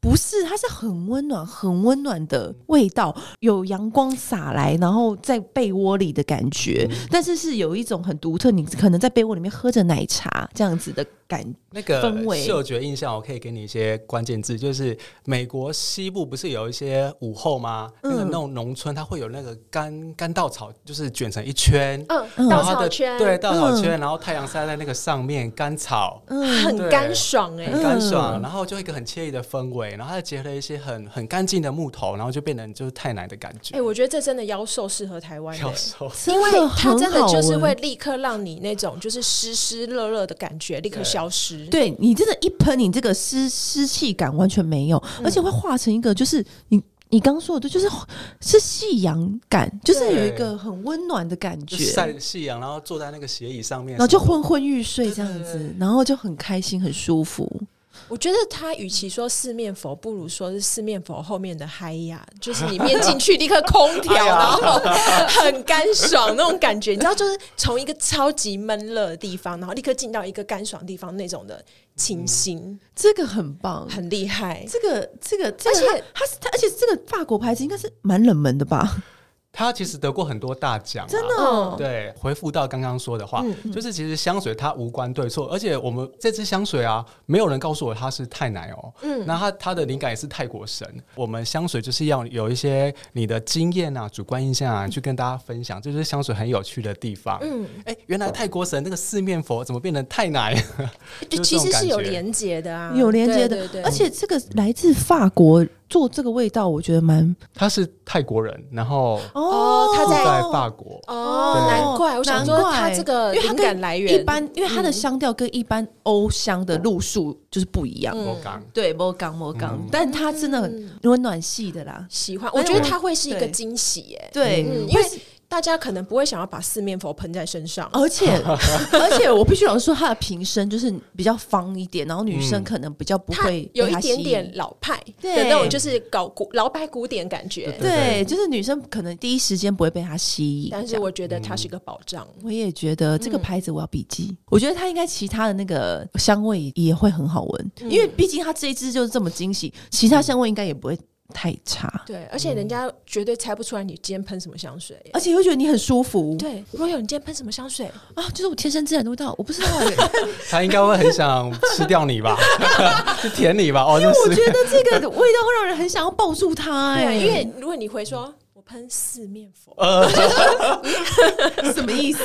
[SPEAKER 1] 不是？它是很温暖、很温暖的味道，有阳光洒来，然后在被窝里的感觉，
[SPEAKER 2] 嗯
[SPEAKER 1] 但是是有一种很独特，你可能在被窝里面喝着奶茶这样子的感觉。
[SPEAKER 3] 那个
[SPEAKER 1] 氛围
[SPEAKER 3] 嗅觉印象，我可以给你一些关键字，就是美国西部不是有一些午后吗？
[SPEAKER 1] 嗯
[SPEAKER 3] 那个那种农村，它会有那个干干稻草，就是卷成一圈，
[SPEAKER 2] 嗯，
[SPEAKER 3] 然
[SPEAKER 2] 稻
[SPEAKER 3] 后它
[SPEAKER 2] 草
[SPEAKER 3] 的
[SPEAKER 2] 圈，
[SPEAKER 3] 对，稻草圈，然后太阳晒在那个上面，干草。
[SPEAKER 1] 嗯，
[SPEAKER 2] 很干爽哎、
[SPEAKER 3] 很干爽，然后就一个很惬意的氛围，然后它结合一些很很干净的木头，然后就变成就是太奶的感
[SPEAKER 2] 哎、
[SPEAKER 3] 觉。
[SPEAKER 2] 我觉得这真的妖兽适合台湾、
[SPEAKER 3] 教
[SPEAKER 2] 欸，
[SPEAKER 3] 授，
[SPEAKER 1] 因为
[SPEAKER 2] 它真的就是
[SPEAKER 1] 欸
[SPEAKER 2] 会立刻让你那种就是湿湿热热的感觉立刻消失。
[SPEAKER 1] 对你真的，一喷你这个湿湿气感完全没有，
[SPEAKER 2] 嗯
[SPEAKER 1] 而且会化成一个就是你。你刚说的对，就是是夕阳感，就是有一个很温暖的感
[SPEAKER 3] 就
[SPEAKER 1] 觉，
[SPEAKER 3] 晒夕阳，然后坐在那个斜椅上面，
[SPEAKER 1] 然后就
[SPEAKER 3] 什么
[SPEAKER 1] 昏昏欲睡这样子，然后就很开心，很舒服。
[SPEAKER 2] 我觉得它与其说四面佛，不如说是四面佛后面的嗨呀，就是你面进去立刻 空调，
[SPEAKER 3] 哎呀
[SPEAKER 2] 然后很干爽那种感觉。你知道，就是从一个超级闷热的地方，然后立刻进到一个干爽的地方那种的情形，
[SPEAKER 1] 这个很棒，
[SPEAKER 3] 嗯
[SPEAKER 2] 很厉害。
[SPEAKER 1] 这个这个，这个
[SPEAKER 2] 而且
[SPEAKER 1] 它它是它，而且这个法国牌子应该是蛮冷门的吧？
[SPEAKER 3] 它其实得过很多大奖、啊，
[SPEAKER 1] 真的哦
[SPEAKER 2] 嗯
[SPEAKER 3] 对，回复到刚刚说的话，
[SPEAKER 1] 嗯
[SPEAKER 3] 就是其实香水它无关对错，而且我们这支香水啊，没有人告诉我它是泰奶哦，
[SPEAKER 2] 嗯
[SPEAKER 3] 那它它的灵感也是泰国神。我们香水就是要有一些你的经验啊、主观印象
[SPEAKER 1] 嗯
[SPEAKER 3] 啊，去跟大家分享，这就是香水很有趣的地方。嗯，哎、原来泰国神那个四面佛怎么变成泰 奶？
[SPEAKER 2] 就
[SPEAKER 3] 就是这
[SPEAKER 2] 其
[SPEAKER 3] 种
[SPEAKER 2] 实是有
[SPEAKER 3] 感觉
[SPEAKER 2] 连接的啊，
[SPEAKER 1] 有连接的，
[SPEAKER 2] 对对对
[SPEAKER 1] 而且这个来自法国做这个味道，我觉得蛮
[SPEAKER 3] 他是泰国人，然后
[SPEAKER 2] 哦他
[SPEAKER 3] 住
[SPEAKER 2] 在
[SPEAKER 3] 在法国。
[SPEAKER 2] 哦，
[SPEAKER 3] 对
[SPEAKER 2] 难怪我想说它这个
[SPEAKER 1] 因为它
[SPEAKER 2] 灵
[SPEAKER 1] 跟
[SPEAKER 2] 感来源
[SPEAKER 1] 一般，因为它的香调跟一般欧香的路数就是不一
[SPEAKER 2] 嗯
[SPEAKER 1] 样。
[SPEAKER 3] 我刚
[SPEAKER 1] 对，莫刚莫刚，
[SPEAKER 3] 嗯
[SPEAKER 1] 但它真的很温暖系的啦。
[SPEAKER 2] 喜欢，我
[SPEAKER 1] 反
[SPEAKER 2] 觉
[SPEAKER 1] 正
[SPEAKER 2] 得
[SPEAKER 1] 我
[SPEAKER 2] 它会是一个
[SPEAKER 1] 对
[SPEAKER 2] 惊喜耶，
[SPEAKER 1] 对，
[SPEAKER 2] 嗯，因为大家可能不会想要把四面佛喷在身上，
[SPEAKER 1] 而 且而且我必须老实说，它的瓶身就是比较方一点，然后女生
[SPEAKER 3] 嗯
[SPEAKER 1] 可能比较不
[SPEAKER 2] 它
[SPEAKER 1] 会
[SPEAKER 2] 有
[SPEAKER 1] 被
[SPEAKER 2] 一
[SPEAKER 1] 它吸
[SPEAKER 2] 点
[SPEAKER 1] 引
[SPEAKER 2] 点老派的
[SPEAKER 1] 对
[SPEAKER 2] 那种，就是搞古老派古典感觉，
[SPEAKER 1] 对，
[SPEAKER 3] 对
[SPEAKER 1] 就是女生可能第一时间不会被它吸引。
[SPEAKER 2] 但
[SPEAKER 1] 这
[SPEAKER 2] 是
[SPEAKER 1] 样
[SPEAKER 2] 我觉嗯得它是个保障。
[SPEAKER 1] 我也觉得这个牌子我要笔记，我觉得它应该其他的那个香味也会很好闻，
[SPEAKER 2] 嗯
[SPEAKER 1] 因为毕竟它这一支就是这么惊喜，其他香味应该也不会太差，
[SPEAKER 2] 对，而且人家绝对猜不出来你今天喷什么香水。
[SPEAKER 1] 而且会觉得你很舒服。
[SPEAKER 2] 对，如果有你今天喷什么香水，
[SPEAKER 1] 啊，就是我天生自然的味道，我 不知道哎、
[SPEAKER 3] 他应该会很想吃掉你吧， 去舔你吧？哦，就
[SPEAKER 1] 我
[SPEAKER 3] 是
[SPEAKER 1] 觉得这个味道会让人很想要抱住它哎、
[SPEAKER 2] 对，啊因为如果你会说我喷四面佛，
[SPEAKER 1] 什么意 思？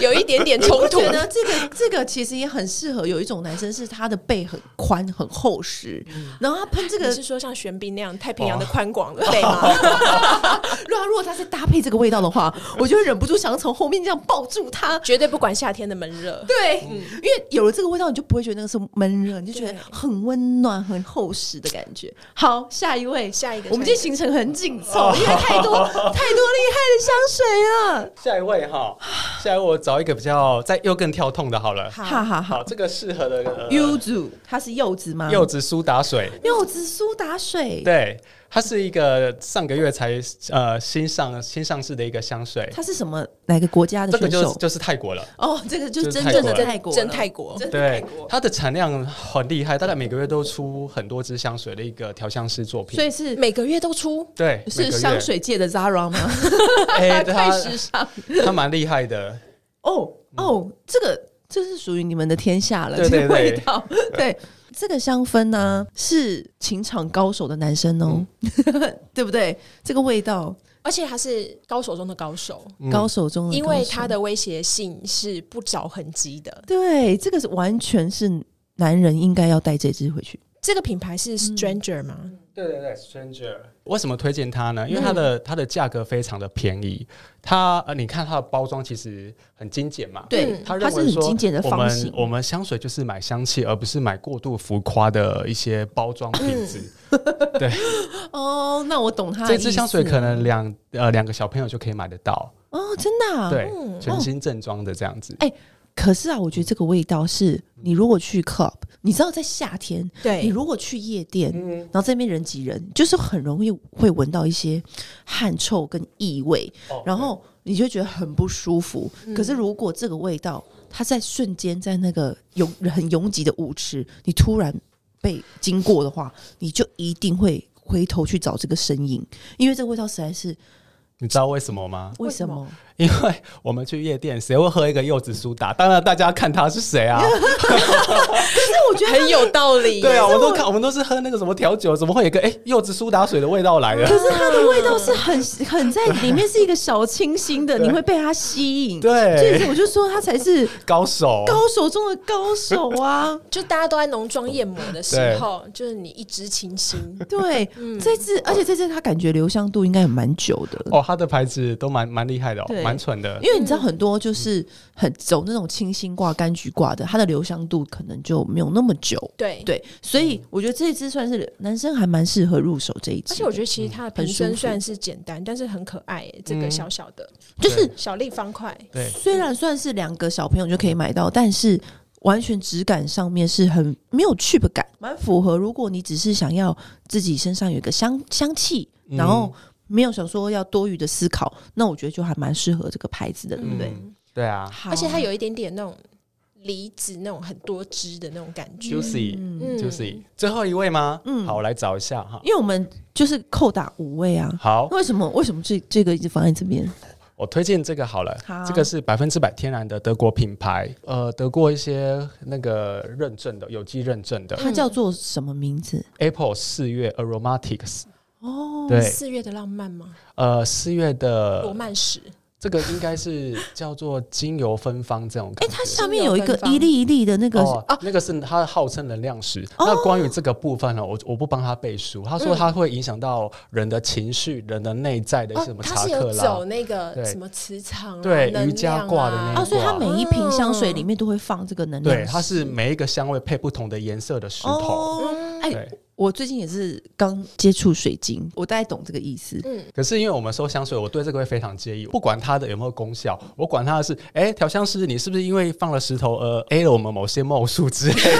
[SPEAKER 2] 有一点 点
[SPEAKER 1] 我
[SPEAKER 2] 冲突
[SPEAKER 1] 觉。得这个这个其实也很适合有一种男生是他的背很宽很厚实，然后他喷这个
[SPEAKER 2] 嗯你是说像玄彬那样太平洋的宽广 的对吗？
[SPEAKER 1] 如啊果如果它是搭配这个味道的话，我就会忍不住想要从后面这样抱住它。
[SPEAKER 2] 绝对不管夏天的闷热。
[SPEAKER 1] 对，因为有了这个味道，你就不会觉得那个是闷热，你就觉得
[SPEAKER 2] 嗯对
[SPEAKER 1] 很温暖、很厚实的感觉。好，下一位，
[SPEAKER 2] 下一个哦
[SPEAKER 1] 我们今天行程很紧凑，因为太多 太多厉害的香水了。
[SPEAKER 3] 下一位哈，下一位我找一个比较再又更跳痛的好了。
[SPEAKER 2] 好
[SPEAKER 1] 哈哈
[SPEAKER 3] 好，
[SPEAKER 1] 哈
[SPEAKER 3] 这个适合的、呃、
[SPEAKER 1] 柚子它是柚子吗？
[SPEAKER 3] 柚子苏打水，
[SPEAKER 1] 柚子苏打水，
[SPEAKER 3] 对，它是一个上个月才呃新上新上市的一个香水，
[SPEAKER 1] 它是什么哪个国家的
[SPEAKER 3] 这个
[SPEAKER 1] 选
[SPEAKER 3] 就是
[SPEAKER 1] 手？
[SPEAKER 3] 就是泰国了。
[SPEAKER 1] 哦，这个就是
[SPEAKER 3] 就是
[SPEAKER 1] 真
[SPEAKER 3] 泰
[SPEAKER 1] 正的
[SPEAKER 3] 国了
[SPEAKER 1] 泰国了，
[SPEAKER 2] 真泰国
[SPEAKER 1] 真的泰
[SPEAKER 3] 对
[SPEAKER 1] 国，
[SPEAKER 3] 它的产量很厉害，大概每个月都出很多支香水的一个调香师作品。
[SPEAKER 1] 所以是
[SPEAKER 2] 每个月都出，
[SPEAKER 3] 对，每
[SPEAKER 1] 是
[SPEAKER 3] 个月
[SPEAKER 1] 香，水界的 Zara 吗？
[SPEAKER 3] 哎、它
[SPEAKER 1] 快时尚。
[SPEAKER 3] 它蛮厉害的。
[SPEAKER 1] 哦哦，这个这是属于你们的天下了，
[SPEAKER 3] 嗯对
[SPEAKER 1] 这
[SPEAKER 3] 对
[SPEAKER 1] 个味
[SPEAKER 3] 对
[SPEAKER 1] 道。对，这个香氛呢是情场高手的男生哦，
[SPEAKER 3] 嗯
[SPEAKER 1] 对不对？这个味道，
[SPEAKER 2] 而且他是高手中的高手，
[SPEAKER 3] 嗯
[SPEAKER 1] 高手中的
[SPEAKER 2] 因
[SPEAKER 1] 高手，
[SPEAKER 2] 为他的威胁性是不着痕迹的。
[SPEAKER 1] 对这个是完全是男人应该要带这支回去。
[SPEAKER 2] 这个品牌是 Stranger 吗？
[SPEAKER 3] 对对对，Stranger。为嗯什么推荐它呢？因为它的、它的价格非常的便宜，它呃，你看它的包装其实很精简嘛。
[SPEAKER 1] 对，嗯
[SPEAKER 3] 它
[SPEAKER 1] 它
[SPEAKER 3] 嗯认
[SPEAKER 1] 是
[SPEAKER 3] 为
[SPEAKER 1] 很
[SPEAKER 3] 说
[SPEAKER 1] 精简的
[SPEAKER 3] 我
[SPEAKER 1] 方
[SPEAKER 3] 们
[SPEAKER 1] 形，
[SPEAKER 3] 我们香水就是买香气，而不是买过度浮夸的一些包装品质。
[SPEAKER 1] 哦，那我懂他
[SPEAKER 3] 这支香
[SPEAKER 1] 啊
[SPEAKER 3] 水可能两呃两个小朋友就可以买得到，
[SPEAKER 1] 哦，真的、啊、。
[SPEAKER 3] 对，全新正装的这样子。
[SPEAKER 1] 可是啊，我觉得这个味道是你如果去 club，你知道在夏天，你
[SPEAKER 2] 对，
[SPEAKER 1] 如果去夜店，然后这边人挤人，就是很容易会闻到一些汗臭跟异味，
[SPEAKER 3] 哦
[SPEAKER 1] 然后你就觉得很不舒服。可是如果这个味道，它在瞬间在那个拥很拥挤的舞池，你突然被经过的话，你就一定会回头去找这个身影，因为这个味道实在是
[SPEAKER 3] 你知道为什么吗？
[SPEAKER 1] 为
[SPEAKER 2] 什
[SPEAKER 1] 什
[SPEAKER 2] 么
[SPEAKER 1] 么？
[SPEAKER 3] 因为我们去夜店，谁会喝一个柚子苏打？当然，大家看他是谁啊？
[SPEAKER 2] 我觉得很有道理。
[SPEAKER 3] 对啊，我们都看，我们都是喝那个什么调酒，怎么会有一个哎、柚子苏打水的味道来了？
[SPEAKER 1] 可是它的味道是很 很在里面是一个小清新的，你会被它吸引。
[SPEAKER 3] 对
[SPEAKER 1] 所以我就说它才是
[SPEAKER 3] 高手，
[SPEAKER 1] 高手中的高手啊！
[SPEAKER 2] 就大家都在浓妆艳抹的时
[SPEAKER 3] 啊
[SPEAKER 2] 候，就是你一枝清 新。
[SPEAKER 1] 对，
[SPEAKER 2] 嗯
[SPEAKER 1] 这次而且这次他感觉留香度应该也蛮久的，
[SPEAKER 3] 哦，他的牌子都蛮蛮厉害的、哦
[SPEAKER 1] 对，
[SPEAKER 3] 蛮蠢的。
[SPEAKER 1] 因为你知道很多就是很走那种清新挂、柑橘挂的，它的留香度可能就没有那么久。
[SPEAKER 2] 对，
[SPEAKER 1] 对，所以我觉得这一支算是男生还蛮适合入手这一支的，
[SPEAKER 2] 嗯而且我觉得其实它的瓶
[SPEAKER 1] 很舒
[SPEAKER 2] 身
[SPEAKER 1] 服
[SPEAKER 2] 虽然是简单，但是很可爱耶。这个
[SPEAKER 3] 嗯
[SPEAKER 2] 小小的
[SPEAKER 1] 就是
[SPEAKER 2] 小立方块，
[SPEAKER 3] 对，
[SPEAKER 1] 虽然算是两个小朋友就可以买到，但是完全质感上面是很没有趣的感，蛮符合。如果你只是想要自己身上有一个香香气，
[SPEAKER 3] 嗯
[SPEAKER 1] 然后没有想说要多余的思考，那我觉得就还蛮适合这个牌子的，对不对？
[SPEAKER 3] 嗯对啊，
[SPEAKER 1] 好
[SPEAKER 2] 而且它有一点点那种梨子那种很多汁的那种感觉。
[SPEAKER 1] 嗯
[SPEAKER 3] juicy
[SPEAKER 2] 嗯
[SPEAKER 3] juicy，最后一位吗？
[SPEAKER 1] 嗯
[SPEAKER 3] 好，我来找一下哈。
[SPEAKER 1] 因为我们就是扣打五位啊。
[SPEAKER 3] 好，
[SPEAKER 1] 为什么？为什么这这个一直放在这边？
[SPEAKER 3] 我推荐这个好了，
[SPEAKER 1] 好
[SPEAKER 3] 这个是百分之百天然的德国品牌，呃，得过一些那个认证的有机认证的、
[SPEAKER 1] 它叫做什么名字？
[SPEAKER 3] Apple 四月 Aromatics，
[SPEAKER 1] 哦，
[SPEAKER 3] 对，
[SPEAKER 2] 四月的浪漫吗？
[SPEAKER 3] 呃，四月
[SPEAKER 2] 罗
[SPEAKER 3] 的
[SPEAKER 2] 曼史，
[SPEAKER 3] 这个应该是叫做精油芬芳这种
[SPEAKER 1] 哎，
[SPEAKER 3] 感觉。
[SPEAKER 1] 它下面有一个一粒一粒的那个，
[SPEAKER 3] 哦，那个是它号称能量石。那关于这个部分呢，我我不帮他背书。他说它会影响到人的情绪、人的内在的一些什么
[SPEAKER 2] 哦它
[SPEAKER 3] 查
[SPEAKER 2] 是
[SPEAKER 3] 克
[SPEAKER 2] 有
[SPEAKER 3] 拉
[SPEAKER 2] 走，那个
[SPEAKER 3] 对
[SPEAKER 2] 什么磁场啊、
[SPEAKER 3] 对
[SPEAKER 2] 能量啊
[SPEAKER 3] 瑜伽挂的那
[SPEAKER 1] 啊，
[SPEAKER 3] 个
[SPEAKER 1] 所以它每一瓶香水里面都会放这个能量。
[SPEAKER 3] 对，它是每一个香味配不同的颜色的石头。
[SPEAKER 1] 哦，
[SPEAKER 2] 嗯
[SPEAKER 1] 哎
[SPEAKER 3] 对，
[SPEAKER 1] 我最近也是刚接触水晶，我大概懂这个意思。
[SPEAKER 2] 嗯，
[SPEAKER 3] 可是因为我们收香水，我对这个会非常介意，不管它的有没有功效，我管它的是，哎、调香师，你是不是因为放了石头而 A 了我们某些魔术之类的？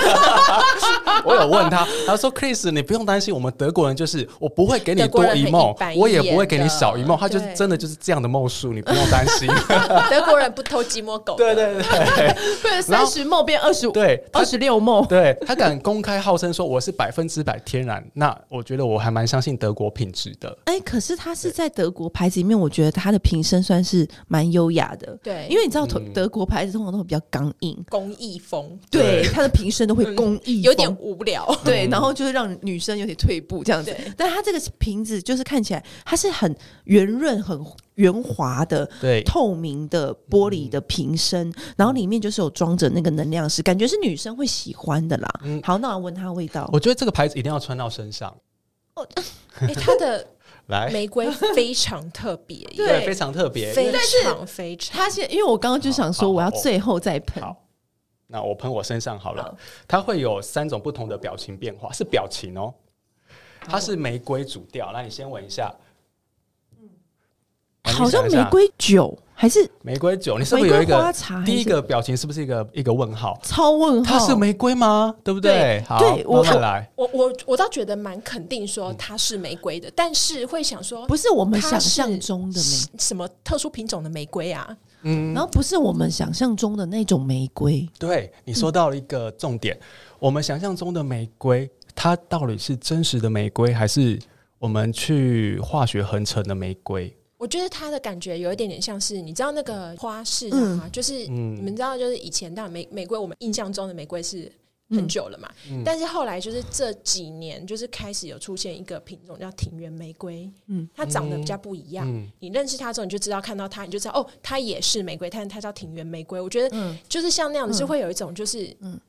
[SPEAKER 3] 我有问他，他说 Chris，你不用担心，我们德国人就是我不会给你
[SPEAKER 2] 德国
[SPEAKER 3] 多
[SPEAKER 2] 人很
[SPEAKER 3] 一梦
[SPEAKER 2] 一板，一眼
[SPEAKER 3] 我也不会给你少一梦，
[SPEAKER 2] 的
[SPEAKER 3] 他就是
[SPEAKER 2] 对
[SPEAKER 3] 真的就是这样的梦术，你不用担心。
[SPEAKER 2] 德国人不偷鸡摸狗。
[SPEAKER 3] 对，对对
[SPEAKER 1] 对，
[SPEAKER 3] 然
[SPEAKER 1] 三
[SPEAKER 3] 后
[SPEAKER 1] 十梦变二十五，
[SPEAKER 3] 对，他
[SPEAKER 1] 二十六梦。
[SPEAKER 3] 对他敢公开号称说我是百分之百天然，那我觉得我还蛮相信德国品质的。
[SPEAKER 1] 哎，可是它是在德国牌子里面，我觉得它的瓶身算是蛮优雅的。
[SPEAKER 2] 对
[SPEAKER 1] 因为你知道，德
[SPEAKER 3] 嗯
[SPEAKER 1] 德国牌子通常都会比较刚硬，
[SPEAKER 2] 工艺风
[SPEAKER 1] 对，它的瓶身都会工艺风，
[SPEAKER 2] 有点无聊。
[SPEAKER 1] 对，
[SPEAKER 3] 嗯
[SPEAKER 1] 然后就是让女生有点退步这样子
[SPEAKER 2] 对。
[SPEAKER 1] 但它这个瓶子就是看起来它是很圆润、很圆滑的。
[SPEAKER 3] 对，嗯
[SPEAKER 1] 透明的玻璃的瓶身，然后里面就是有装着那个能量石，感觉是女生会喜欢的啦。
[SPEAKER 3] 嗯
[SPEAKER 1] 好，那我闻它的味道，
[SPEAKER 3] 我觉得这个牌子一定要穿到身上
[SPEAKER 2] 哎，它的
[SPEAKER 3] 来。
[SPEAKER 2] 玫瑰非常特别耶，
[SPEAKER 1] 对
[SPEAKER 3] 非常特别，
[SPEAKER 2] 非
[SPEAKER 1] 是
[SPEAKER 2] 常非常。
[SPEAKER 1] 它现因为我刚刚就想
[SPEAKER 3] 好
[SPEAKER 1] 说
[SPEAKER 3] 好
[SPEAKER 1] 我要
[SPEAKER 3] 好
[SPEAKER 1] 最后再喷，
[SPEAKER 3] 好，那我喷我身上好了。
[SPEAKER 1] 好
[SPEAKER 3] 它会有三种不同的表情变化，是表情哦。它是玫瑰主调，那你先闻一下。嗯，
[SPEAKER 1] 好像玫瑰酒还是
[SPEAKER 3] 玫瑰酒，你是不
[SPEAKER 1] 玫
[SPEAKER 3] 是有
[SPEAKER 1] 瑰
[SPEAKER 3] 一个
[SPEAKER 1] 花茶还是，
[SPEAKER 3] 第一个表情是不是一个一个问号？
[SPEAKER 1] 超问号，
[SPEAKER 3] 它是玫瑰吗？对不对？好，
[SPEAKER 1] 对我
[SPEAKER 3] 慢慢来。
[SPEAKER 2] 我我我倒觉得蛮肯定说
[SPEAKER 3] 嗯
[SPEAKER 2] 它是玫瑰的，但是会想说
[SPEAKER 1] 不是我们
[SPEAKER 2] 它
[SPEAKER 1] 想
[SPEAKER 2] 是
[SPEAKER 1] 象中的玫，
[SPEAKER 2] 什么特殊品种的玫瑰啊？
[SPEAKER 3] 嗯
[SPEAKER 1] 然，后不是我们想象中的那种玫瑰，
[SPEAKER 3] 对你说到了一个重点，我们想象中的玫瑰，它到底是真实的玫瑰，还是我们去化学合成的玫瑰？
[SPEAKER 2] 我觉得它的感觉有一点点像是，你知道那个花式啊，就是、
[SPEAKER 3] 嗯
[SPEAKER 2] 你们知道，就是以前当然玫玫瑰，我们印象中的玫瑰是很久了嘛，
[SPEAKER 3] 嗯
[SPEAKER 2] 但是后来就是这几年，就是开始有出现一个品种叫庭园玫瑰，
[SPEAKER 1] 嗯
[SPEAKER 2] 嗯，它长得比较不一样。
[SPEAKER 3] 嗯，
[SPEAKER 2] 你认识它之后，你就知道看到它，你就知道哦，它也是玫瑰，但它叫庭园玫瑰。我觉得
[SPEAKER 1] 嗯
[SPEAKER 2] 就是像那样子，是会有一种就是，
[SPEAKER 1] 嗯
[SPEAKER 2] 嗯，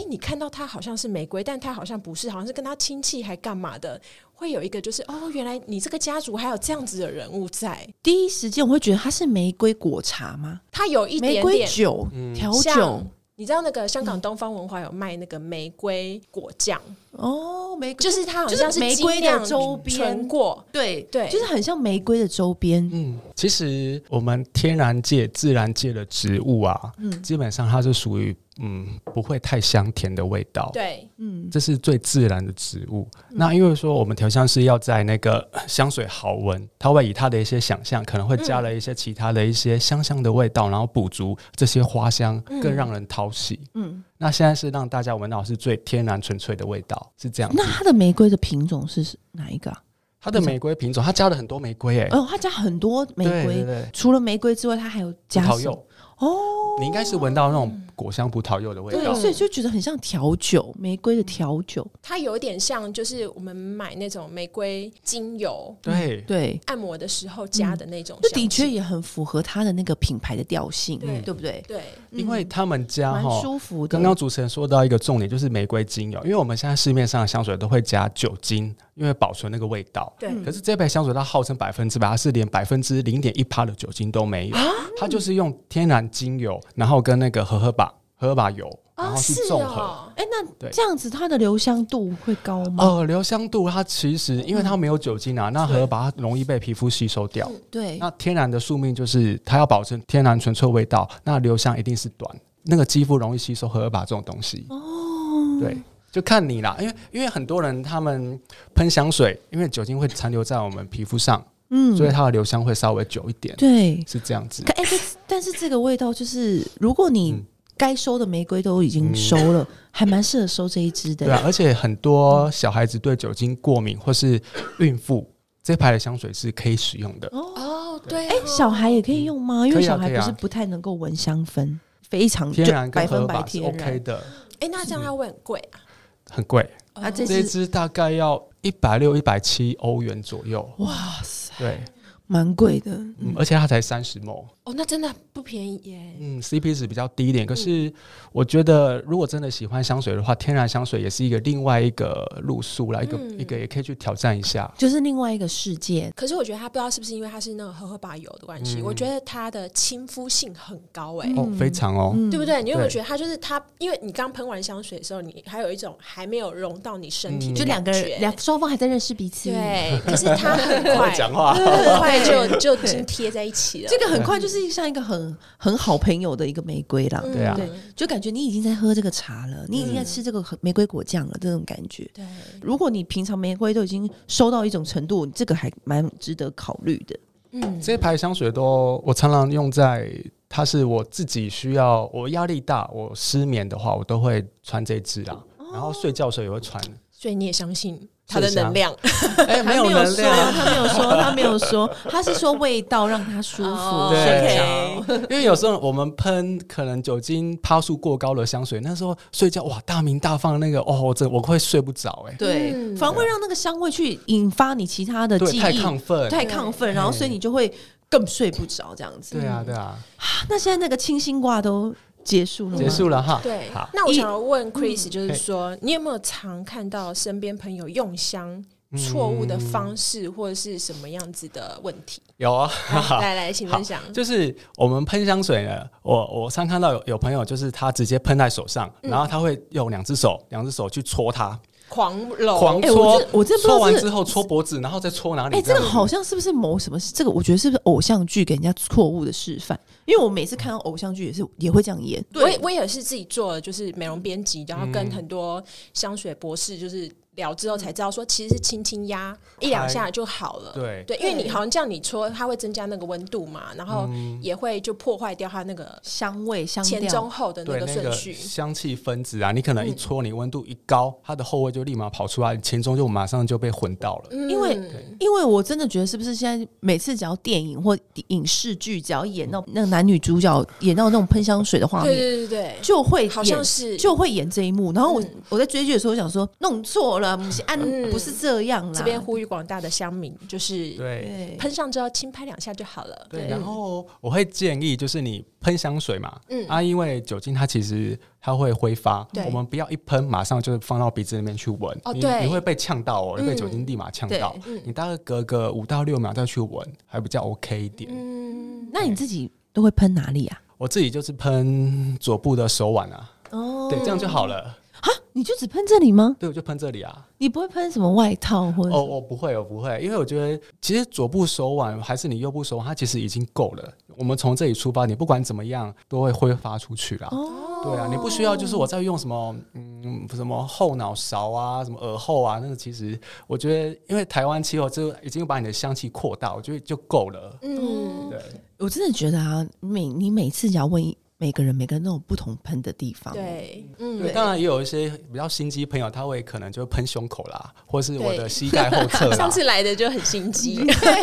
[SPEAKER 2] 哎、你看到它好像是玫瑰，但它好像不是，好像是跟它亲戚还干嘛的，会有一个就是哦，原来你这个家族还有这样子的人物在。
[SPEAKER 1] 第一时间我会觉得它是玫瑰果茶吗？
[SPEAKER 2] 它有一
[SPEAKER 1] 玫
[SPEAKER 2] 点
[SPEAKER 1] 瑰
[SPEAKER 2] 点
[SPEAKER 1] 酒、
[SPEAKER 3] 嗯
[SPEAKER 1] 调酒
[SPEAKER 2] 像，你知道那个香
[SPEAKER 1] 嗯
[SPEAKER 2] 港东方文化有卖那个玫瑰果酱，
[SPEAKER 1] 哦，玫瑰
[SPEAKER 2] 就是它好像
[SPEAKER 1] 就是
[SPEAKER 2] 是
[SPEAKER 1] 玫瑰的
[SPEAKER 2] 精酿
[SPEAKER 1] 周边
[SPEAKER 2] 纯果，
[SPEAKER 1] 对
[SPEAKER 2] 对
[SPEAKER 1] 就是很像玫瑰的周边。
[SPEAKER 3] 嗯，其实我们天然界、自然界的植物啊，
[SPEAKER 1] 嗯
[SPEAKER 3] 基本上它是属于嗯不会太香甜的味道，
[SPEAKER 2] 对，
[SPEAKER 1] 嗯，
[SPEAKER 3] 这是最自然的植物。那因为说我们调香师要在那个 呃香水好闻，它会以它的一些想象，可能会加了一些其他的一些香香的味道，然后补足这些花香，更让人讨喜。
[SPEAKER 1] 嗯
[SPEAKER 3] 那现在是让大家闻到是最天然纯粹的味道，是这样子
[SPEAKER 1] 那。它的玫瑰的品种是哪一个、啊？
[SPEAKER 3] 它的玫瑰品种，它加了很多玫瑰、欸，哎、
[SPEAKER 1] 哦，它加很多玫
[SPEAKER 3] 对
[SPEAKER 1] 瑰，
[SPEAKER 3] 对对，
[SPEAKER 1] 除了玫瑰之外，它还有
[SPEAKER 3] 葡
[SPEAKER 1] 加
[SPEAKER 3] 萄
[SPEAKER 1] 什
[SPEAKER 3] 柚
[SPEAKER 1] 么。哦，
[SPEAKER 3] 你应该是闻到那种果香葡萄柚的味
[SPEAKER 1] 对
[SPEAKER 3] 道，，
[SPEAKER 1] 所以就觉得很像调酒，玫瑰的调酒。
[SPEAKER 2] 它有点像就是我们买那种玫瑰精油
[SPEAKER 3] 嗯对，
[SPEAKER 1] 对，
[SPEAKER 2] 按摩的时候加的那种
[SPEAKER 1] 这
[SPEAKER 2] 香
[SPEAKER 1] 嗯
[SPEAKER 2] 气，
[SPEAKER 1] 的确也很符合它的那个品牌的调性，
[SPEAKER 2] 对
[SPEAKER 1] 对不对？
[SPEAKER 2] 对，
[SPEAKER 3] 因为他们
[SPEAKER 1] 嗯
[SPEAKER 3] 家
[SPEAKER 1] 蛮
[SPEAKER 3] 哈，
[SPEAKER 1] 舒服的。
[SPEAKER 3] 刚刚主持人说到一个重点，就是玫瑰精油，因为我们现在市面上的香水都会加酒精，因为保存那个味道。
[SPEAKER 2] 对
[SPEAKER 1] 嗯
[SPEAKER 3] 可是这杯香水它号称百分之百，它是连百分之零点一趴的酒精都没有，
[SPEAKER 1] 啊
[SPEAKER 3] 它就是用天然精油，然后跟那个荷荷巴荷荷巴油，然
[SPEAKER 1] 啊
[SPEAKER 2] 哦，
[SPEAKER 3] 后去
[SPEAKER 2] 是
[SPEAKER 3] 综合。
[SPEAKER 2] 哦，
[SPEAKER 1] 哎，那
[SPEAKER 3] 对
[SPEAKER 1] 这样子它的留香度会高吗？
[SPEAKER 3] 呃，留香度它其实因为它没有酒精啊，
[SPEAKER 1] 嗯
[SPEAKER 3] 那荷荷巴它容易被皮肤吸收掉。
[SPEAKER 1] 对，
[SPEAKER 3] 那天然的宿命就是它要保证天然纯粹味道，那留香一定是短，那个肌肤容易吸收荷尔巴这种东西。哦，对，就看你啦，因为因为很多人他们喷香水，因为酒精会残留在我们皮肤上，
[SPEAKER 1] 嗯
[SPEAKER 3] 所以它的留香会稍微久一点，
[SPEAKER 1] 对。
[SPEAKER 3] 是这样子
[SPEAKER 1] 可。哎、这但是这个味道就是，如果你
[SPEAKER 3] 嗯
[SPEAKER 1] 该收的玫瑰都已经收了，还蛮适合收这一支的。
[SPEAKER 3] 对啊，而且很多小孩子对酒精过敏或是孕妇，这牌的香水是可以使用的。
[SPEAKER 1] 哦，
[SPEAKER 2] 哦，对，
[SPEAKER 1] 哎，小孩也可以用吗？因为
[SPEAKER 3] 可以啊
[SPEAKER 1] 小孩
[SPEAKER 3] 可以啊
[SPEAKER 1] 不是不太能够闻香氛，非常
[SPEAKER 3] 天然
[SPEAKER 1] 就
[SPEAKER 3] 跟
[SPEAKER 1] 百
[SPEAKER 3] 合
[SPEAKER 1] 分百
[SPEAKER 3] 法是
[SPEAKER 1] 天
[SPEAKER 3] OK
[SPEAKER 1] 然。
[SPEAKER 3] 的，
[SPEAKER 2] 哎，那这样它会很贵哦啊？
[SPEAKER 3] 很贵。
[SPEAKER 1] 啊，这
[SPEAKER 3] 这一
[SPEAKER 1] 支
[SPEAKER 3] 支大概要一百六、一百七欧元左右。
[SPEAKER 1] 哇塞，
[SPEAKER 3] 对，
[SPEAKER 1] 蛮贵的。
[SPEAKER 3] 嗯，而且它才三十毛，
[SPEAKER 2] 哦，那真的不便宜耶。
[SPEAKER 3] 嗯，CP 值比较低一点。可是我觉得，如果真的喜欢香水的话，天然香水也是一个另外一个路数啦，一个
[SPEAKER 2] 嗯
[SPEAKER 3] 一个也可以去挑战一下。
[SPEAKER 1] 就是另外一个世界，
[SPEAKER 2] 可是我觉得它不知道是不是因为它是那种荷荷巴油的关系，
[SPEAKER 3] 嗯
[SPEAKER 2] 我觉得它的亲肤性很高哎。
[SPEAKER 3] 哦，非常哦，
[SPEAKER 1] 嗯
[SPEAKER 2] 对不？对？你有没有
[SPEAKER 3] 对
[SPEAKER 2] 觉得它就是它？因为你刚喷完香水的时候，你还有一种还没有融到你身体的
[SPEAKER 3] 嗯
[SPEAKER 1] 就两个
[SPEAKER 2] 感觉
[SPEAKER 1] 人，两双方还在认识彼此。，
[SPEAKER 2] 对，可是它 很快，
[SPEAKER 3] 讲话
[SPEAKER 2] 很快就 就已经贴在一起了
[SPEAKER 1] 这。个很快就是像一个很很好朋友的一个玫瑰啦。
[SPEAKER 2] 嗯
[SPEAKER 3] 对啊
[SPEAKER 1] 对就感觉你已经在喝这个茶了，你已经在吃这个玫瑰果酱了，这种感觉。
[SPEAKER 2] 对，
[SPEAKER 1] 如果你平常玫瑰都已经收到一种程度，这个还蛮值得考虑 的。
[SPEAKER 2] 嗯，
[SPEAKER 3] 这一排香水都我常常用在，它是我自己需要，我压力大，我失眠的话，我都会穿这支啊。然后睡觉的时候也会穿，
[SPEAKER 2] 所以你也相信它的能量
[SPEAKER 3] 哎，没有
[SPEAKER 1] 他
[SPEAKER 3] 能
[SPEAKER 1] 说，
[SPEAKER 3] 量，
[SPEAKER 1] 他没有 说，他没有说，他是说味道让他舒服。
[SPEAKER 2] 哦
[SPEAKER 3] 对
[SPEAKER 1] 睡着
[SPEAKER 3] 因为有时候我们喷可能酒精趴数过高的香水，那时候睡觉哇大鸣大放那个哦，我真我会睡不着哎、
[SPEAKER 1] 对，
[SPEAKER 2] 嗯
[SPEAKER 1] 反而会让那个香味去引发你其他的
[SPEAKER 3] 对，
[SPEAKER 1] 记忆，
[SPEAKER 3] 太亢奋，
[SPEAKER 1] 太亢奋，然后所以你就会更睡不着这样子。
[SPEAKER 3] 对啊对啊，
[SPEAKER 1] 那现在那个清新挂都结束了吗？
[SPEAKER 3] 结束了哈，
[SPEAKER 2] 对
[SPEAKER 3] 好，，
[SPEAKER 2] 那我
[SPEAKER 1] 一
[SPEAKER 2] 想要问 Chris，就是
[SPEAKER 3] 嘿
[SPEAKER 2] 说，你有没有常看到身边朋友用香
[SPEAKER 3] 嗯
[SPEAKER 2] 错误的方式，或者是什么样子的问 题？
[SPEAKER 3] 有啊，
[SPEAKER 2] 来来来，请分
[SPEAKER 1] 嗯
[SPEAKER 2] 享。
[SPEAKER 3] 就是我们喷香水呢，我我常看到有有朋友就是他直接喷在手上，然后他会用两只手两只手去戳它，
[SPEAKER 2] 狂揉，
[SPEAKER 3] 狂
[SPEAKER 1] 哎我
[SPEAKER 3] 搓
[SPEAKER 1] 这，我这不知道
[SPEAKER 3] 搓完
[SPEAKER 1] 是
[SPEAKER 3] 之后搓脖子，然后再搓哪里？
[SPEAKER 1] 哎、这个
[SPEAKER 3] 样子
[SPEAKER 1] 好像是不是某什么？这个我觉得是不是偶像剧给人家错误的示范？因为我每次看到偶像剧也是也会这样演。
[SPEAKER 2] 我也我也是自己做的，就是美容编辑，然后
[SPEAKER 3] 嗯
[SPEAKER 2] 跟很多香水博士就是聊之后才知道，说其实是轻轻压一两下就好了。
[SPEAKER 3] 对
[SPEAKER 2] 对，因为你好像这样你搓，它会增加那个温度嘛，然后
[SPEAKER 3] 嗯
[SPEAKER 2] 也会就破坏掉它那个
[SPEAKER 1] 香味香
[SPEAKER 2] 前
[SPEAKER 1] 调
[SPEAKER 2] 中，后的那
[SPEAKER 3] 对
[SPEAKER 2] 个
[SPEAKER 3] 那
[SPEAKER 2] 顺
[SPEAKER 3] 个
[SPEAKER 2] 序。
[SPEAKER 3] 香气分子啊，你可能
[SPEAKER 1] 嗯
[SPEAKER 3] 一搓，你温度一高，它的后味就立马跑出来，前中就马上就被混到了。
[SPEAKER 1] 因为
[SPEAKER 2] 嗯
[SPEAKER 1] 因为我真的觉得是不是现在每次只要电影或影视剧只要演到那个男女主角演到那种喷香水的画
[SPEAKER 2] 对
[SPEAKER 1] 面，
[SPEAKER 2] 对对对
[SPEAKER 1] 就会
[SPEAKER 2] 对，好像
[SPEAKER 1] 演
[SPEAKER 2] 是
[SPEAKER 1] 就会演这一幕。然后我、
[SPEAKER 2] 嗯
[SPEAKER 1] 我在追剧的时候想说弄错了，不是按、
[SPEAKER 2] 嗯
[SPEAKER 1] 不是这样啦。
[SPEAKER 2] 这边呼吁广大的乡民，就是
[SPEAKER 3] 对
[SPEAKER 1] 对
[SPEAKER 2] 喷上之后轻拍两下就好了。
[SPEAKER 3] 对，然后我会建议就是你喷香水嘛，
[SPEAKER 2] 嗯
[SPEAKER 3] 啊，因为酒精它其实它会挥发
[SPEAKER 2] 对，
[SPEAKER 3] 我们不要一喷马上就放到鼻子里面去闻，
[SPEAKER 2] 哦
[SPEAKER 3] 你
[SPEAKER 2] 对
[SPEAKER 3] 你会被呛到哦，
[SPEAKER 2] 嗯
[SPEAKER 3] 你被酒精立马呛到
[SPEAKER 1] 对，
[SPEAKER 2] 嗯
[SPEAKER 3] 你大概隔个五到六秒再去闻，还比较 OK 一点。
[SPEAKER 2] 嗯，
[SPEAKER 1] 那你自己都会喷哪里啊？
[SPEAKER 3] 我自己就是喷左部的手腕啊，
[SPEAKER 1] 哦，
[SPEAKER 3] 对，这样就好了。
[SPEAKER 1] 你就只喷这里吗？
[SPEAKER 3] 对，我就喷这里啊。
[SPEAKER 1] 你不会喷什么外套或者
[SPEAKER 3] 哦，我不会，我不会，因为我觉得其实左部手腕还是你右部手腕，它其实已经够了。我们从这里出发，你不管怎么样都会挥发出去啦。
[SPEAKER 1] 哦
[SPEAKER 3] 对啊，你不需要就是我在用什么嗯什么后脑勺啊，什么耳后啊，那个其实我觉得，因为台湾气候就已经把你的香气扩大，我觉得就够了。
[SPEAKER 2] 嗯，
[SPEAKER 3] 对，
[SPEAKER 1] 我真的觉得啊，每你每次只要问一每个人，每个人都有不同喷的地方。，
[SPEAKER 2] 对，嗯，
[SPEAKER 3] 对，当然也有一些比较心机朋友，他会可能就喷胸口啦，或是我的膝盖后 侧啦
[SPEAKER 2] 上。次来的就很心 机，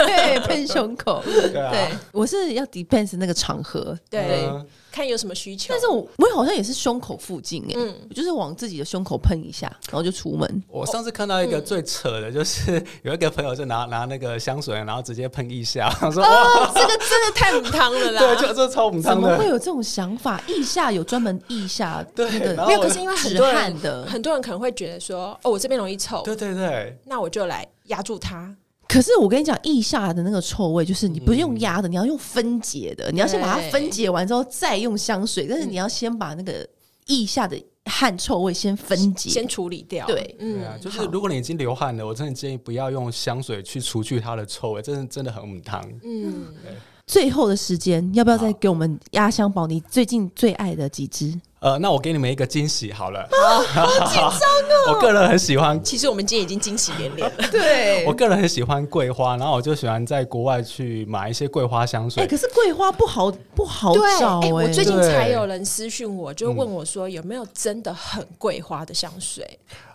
[SPEAKER 1] 喷胸 口。
[SPEAKER 3] 对嗯啊，
[SPEAKER 1] 对，我是要 depends 那个场合。
[SPEAKER 2] 对，
[SPEAKER 3] 嗯
[SPEAKER 2] 看有什么需求。
[SPEAKER 1] 但是我我好像也是胸口附近哎、
[SPEAKER 2] 嗯
[SPEAKER 1] 我就是往自己的胸口喷一下，然后就出门。
[SPEAKER 3] 我上次看到一个最扯的，
[SPEAKER 1] 哦
[SPEAKER 3] 就是 有一个朋友就拿拿那个香水，然后直接喷腋下，我说哇，
[SPEAKER 2] 哦，这个真的太母汤 了啦。
[SPEAKER 3] 对，就这超我们
[SPEAKER 1] 怎
[SPEAKER 3] 汤
[SPEAKER 1] 么会
[SPEAKER 3] 的，
[SPEAKER 1] 有这种想法？腋下有专门腋下
[SPEAKER 3] 对
[SPEAKER 1] 那
[SPEAKER 3] 然
[SPEAKER 1] 个
[SPEAKER 3] 后
[SPEAKER 2] 没有，可是因为很多
[SPEAKER 1] 止汗
[SPEAKER 2] 人
[SPEAKER 1] 的
[SPEAKER 2] 很多人可能会觉得说，哦，我这边容易臭，
[SPEAKER 3] 对对对，
[SPEAKER 2] 那我就来压住它。
[SPEAKER 1] 可是我跟你讲，腋下的那个臭味，就是你不是
[SPEAKER 2] 嗯
[SPEAKER 1] 用压的，你要用分解的，你要先把它分解完之后再用香水，
[SPEAKER 2] 嗯
[SPEAKER 1] 但是你要先把那个腋下的汗臭味先分解。
[SPEAKER 2] 先处理掉。嗯
[SPEAKER 1] 对
[SPEAKER 3] 对啊，就是如果你已经流汗了，我真的建议不要用香水去除去它的臭味，真的真的很母汤。
[SPEAKER 2] 嗯，
[SPEAKER 1] 最后的时间，要不要再
[SPEAKER 3] 好
[SPEAKER 1] 给我们压箱宝你最近最爱的几支？
[SPEAKER 3] 呃，那我给你们一个惊喜好了。
[SPEAKER 1] 啊
[SPEAKER 3] 好紧张哦！ 我个人很喜欢，
[SPEAKER 2] 其实我们今天已经惊喜连 连了，
[SPEAKER 1] 嗯对
[SPEAKER 3] 我个人很喜欢桂花，然后我就喜欢在国外去买一些桂花香
[SPEAKER 1] 哎、
[SPEAKER 3] 水。
[SPEAKER 1] 可是桂花不好不好找哎、
[SPEAKER 2] 哎、我最近
[SPEAKER 3] 欸对嗯
[SPEAKER 2] 才有人私讯我，就问我说有没有真的很桂花的香水，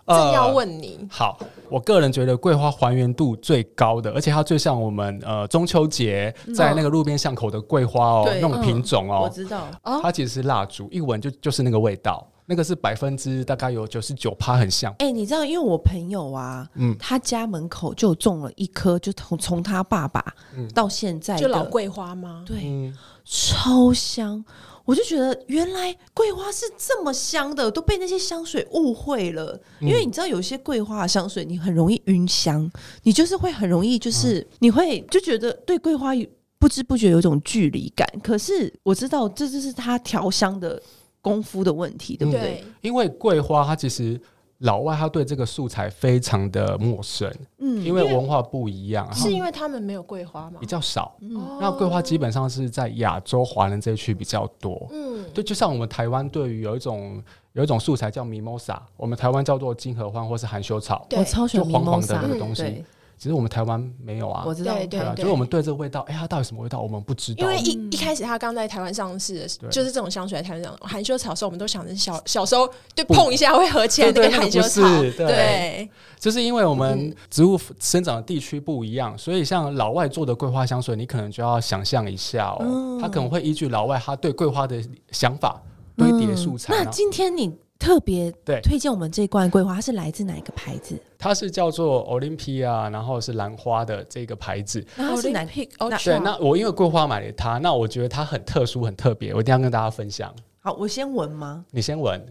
[SPEAKER 3] 呃
[SPEAKER 2] 正要问你，
[SPEAKER 3] 好，我个人觉得桂花还原度最高的，而且它最像我们呃中秋节在那个路边巷口的桂花哦，
[SPEAKER 1] 嗯对嗯
[SPEAKER 3] 那种品种
[SPEAKER 1] 我
[SPEAKER 3] 哦，
[SPEAKER 1] 知道，
[SPEAKER 2] 哦
[SPEAKER 3] 它其实是蜡烛，一闻就就是那个味道，那个是百分之大概有九十九趴很像。
[SPEAKER 1] 哎、你知道，因为我朋友啊，
[SPEAKER 3] 嗯
[SPEAKER 1] 他家门口就种了一棵，就从从他爸爸
[SPEAKER 3] 嗯
[SPEAKER 1] 到现在的
[SPEAKER 2] 就老，桂花吗？
[SPEAKER 1] 对，
[SPEAKER 3] 嗯，
[SPEAKER 1] 超香。我就觉得原来桂花是这么香的，都被那些香水误会了。
[SPEAKER 3] 嗯
[SPEAKER 1] 因为你知道，有些桂花的香水你很容易晕香，你就是会很容易，就是、
[SPEAKER 3] 嗯
[SPEAKER 1] 你会就觉得对桂花有不知不觉有一种距离感。可是我知道，这就是他调香的功夫的问题，
[SPEAKER 3] 嗯
[SPEAKER 1] 对不对？
[SPEAKER 2] 对，
[SPEAKER 3] 因为桂花它其实老外他对这个素材非常的陌生，
[SPEAKER 1] 嗯，
[SPEAKER 3] 因为文化不一样，哈
[SPEAKER 2] 是因为他们没有桂花吗
[SPEAKER 3] 比？较少。
[SPEAKER 2] 哦
[SPEAKER 3] 嗯那桂花基本上是在亚洲华人这一区比较多。
[SPEAKER 2] 嗯，
[SPEAKER 3] 对，就像我们台湾对于有一种有一种素材叫 mimosa，我们台湾叫做金合欢或是含羞草，
[SPEAKER 2] 对
[SPEAKER 1] 我超喜欢
[SPEAKER 3] 就
[SPEAKER 1] 柠
[SPEAKER 3] 黄
[SPEAKER 1] 檬
[SPEAKER 3] 黄的
[SPEAKER 1] 沙
[SPEAKER 3] 那个
[SPEAKER 2] 嗯
[SPEAKER 3] 东西
[SPEAKER 1] 对。，
[SPEAKER 3] 其实我们台湾没有啊
[SPEAKER 1] 我，知道，
[SPEAKER 2] 对对
[SPEAKER 3] 啊，就是我们对这个味道，哎，它到底什么味道，我们不知道
[SPEAKER 2] 因。为一、
[SPEAKER 1] 嗯
[SPEAKER 2] 一开始他刚在台湾上市的时候，
[SPEAKER 3] 对
[SPEAKER 2] 就是这种香水在台湾上含羞草的时候，我们都想着小小时候对碰一下会合起来那个含羞草，
[SPEAKER 3] 对对那个不是对
[SPEAKER 1] 啊
[SPEAKER 2] 对
[SPEAKER 3] 就是因为我们植物生长的地区不一样，所以像老外做的桂花香水，你可能就要想象一下哦
[SPEAKER 1] 嗯，
[SPEAKER 3] 他可能会依据老外他对桂花的想法堆叠素
[SPEAKER 1] 嗯
[SPEAKER 3] 材
[SPEAKER 1] 那
[SPEAKER 3] 啊。
[SPEAKER 1] 今天你特别
[SPEAKER 3] 对
[SPEAKER 1] 推荐我们这罐桂花它是来自哪一个牌子？
[SPEAKER 3] 它是叫做 Olympia，然后是兰花的这个牌子。
[SPEAKER 1] 然
[SPEAKER 2] 哦
[SPEAKER 1] 后是哪？
[SPEAKER 2] Olympic
[SPEAKER 1] 那
[SPEAKER 2] Ultra
[SPEAKER 3] 对，那我因为桂花买了它，那我觉得它很特殊、很特别，我一定要跟大家分享。
[SPEAKER 1] 好，我先闻吗？
[SPEAKER 3] 你先闻，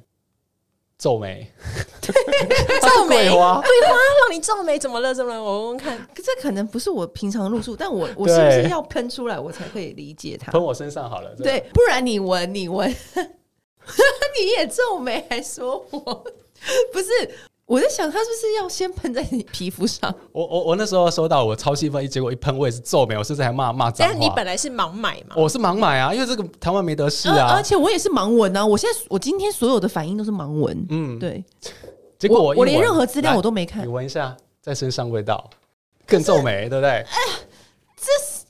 [SPEAKER 3] 皱眉，它
[SPEAKER 2] 皱
[SPEAKER 3] 是
[SPEAKER 2] 眉
[SPEAKER 3] 桂花，
[SPEAKER 2] 那让你皱眉怎么了？怎么了？我问问看，
[SPEAKER 1] 可这可能不是我平常路数，但我我
[SPEAKER 3] 对
[SPEAKER 1] 是不是要喷出来我才可以理解它？
[SPEAKER 3] 喷我身上好了。这
[SPEAKER 1] 对，不然你闻，你闻， 你也皱眉，还说我不是。我在想，它是不是要先喷在你皮肤上？
[SPEAKER 3] 我我我那时候收到，我超兴奋，一结果一喷我也是皱眉，我甚至还骂骂脏
[SPEAKER 2] 但你
[SPEAKER 3] 话
[SPEAKER 2] 本。来是盲买嘛？
[SPEAKER 3] 我是盲买啊，因为这个台湾没得试
[SPEAKER 1] 而
[SPEAKER 3] 啊
[SPEAKER 1] 而。且我也是盲闻啊！我现在我今天所有的反应都是盲闻，
[SPEAKER 3] 嗯，
[SPEAKER 1] 对，
[SPEAKER 3] 结果
[SPEAKER 1] 我
[SPEAKER 3] 我
[SPEAKER 1] 我连任何资料我
[SPEAKER 3] 都
[SPEAKER 1] 都没看
[SPEAKER 3] 你。闻一下，在身上味道更皱眉，对不 对？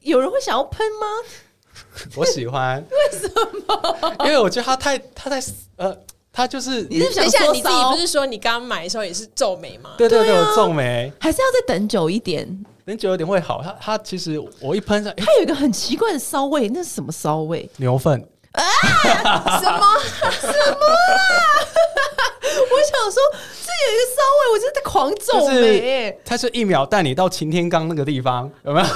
[SPEAKER 1] 有人会想要喷吗？
[SPEAKER 3] 我喜欢。为什么？因为我觉得它太它太呃，它就是
[SPEAKER 1] 你是
[SPEAKER 2] 等
[SPEAKER 1] 想
[SPEAKER 2] 一
[SPEAKER 1] 说
[SPEAKER 2] 下，你自己
[SPEAKER 1] 骚
[SPEAKER 2] 不是说你刚买的时候也是皱眉吗？
[SPEAKER 3] 对对对，
[SPEAKER 1] 啊
[SPEAKER 3] 我皱眉，
[SPEAKER 1] 还是要再等久一点。
[SPEAKER 3] 等久有点会好。它它其实我一喷上，哎
[SPEAKER 1] 它有一个很奇怪的骚味，那是什么骚味？
[SPEAKER 3] 牛粪。
[SPEAKER 2] 什么？
[SPEAKER 1] 我想说，这有一个骚味，我真的狂皱
[SPEAKER 3] 就
[SPEAKER 1] 眉、
[SPEAKER 3] 是它是一秒带你到擎天岗那个地方，有没 有？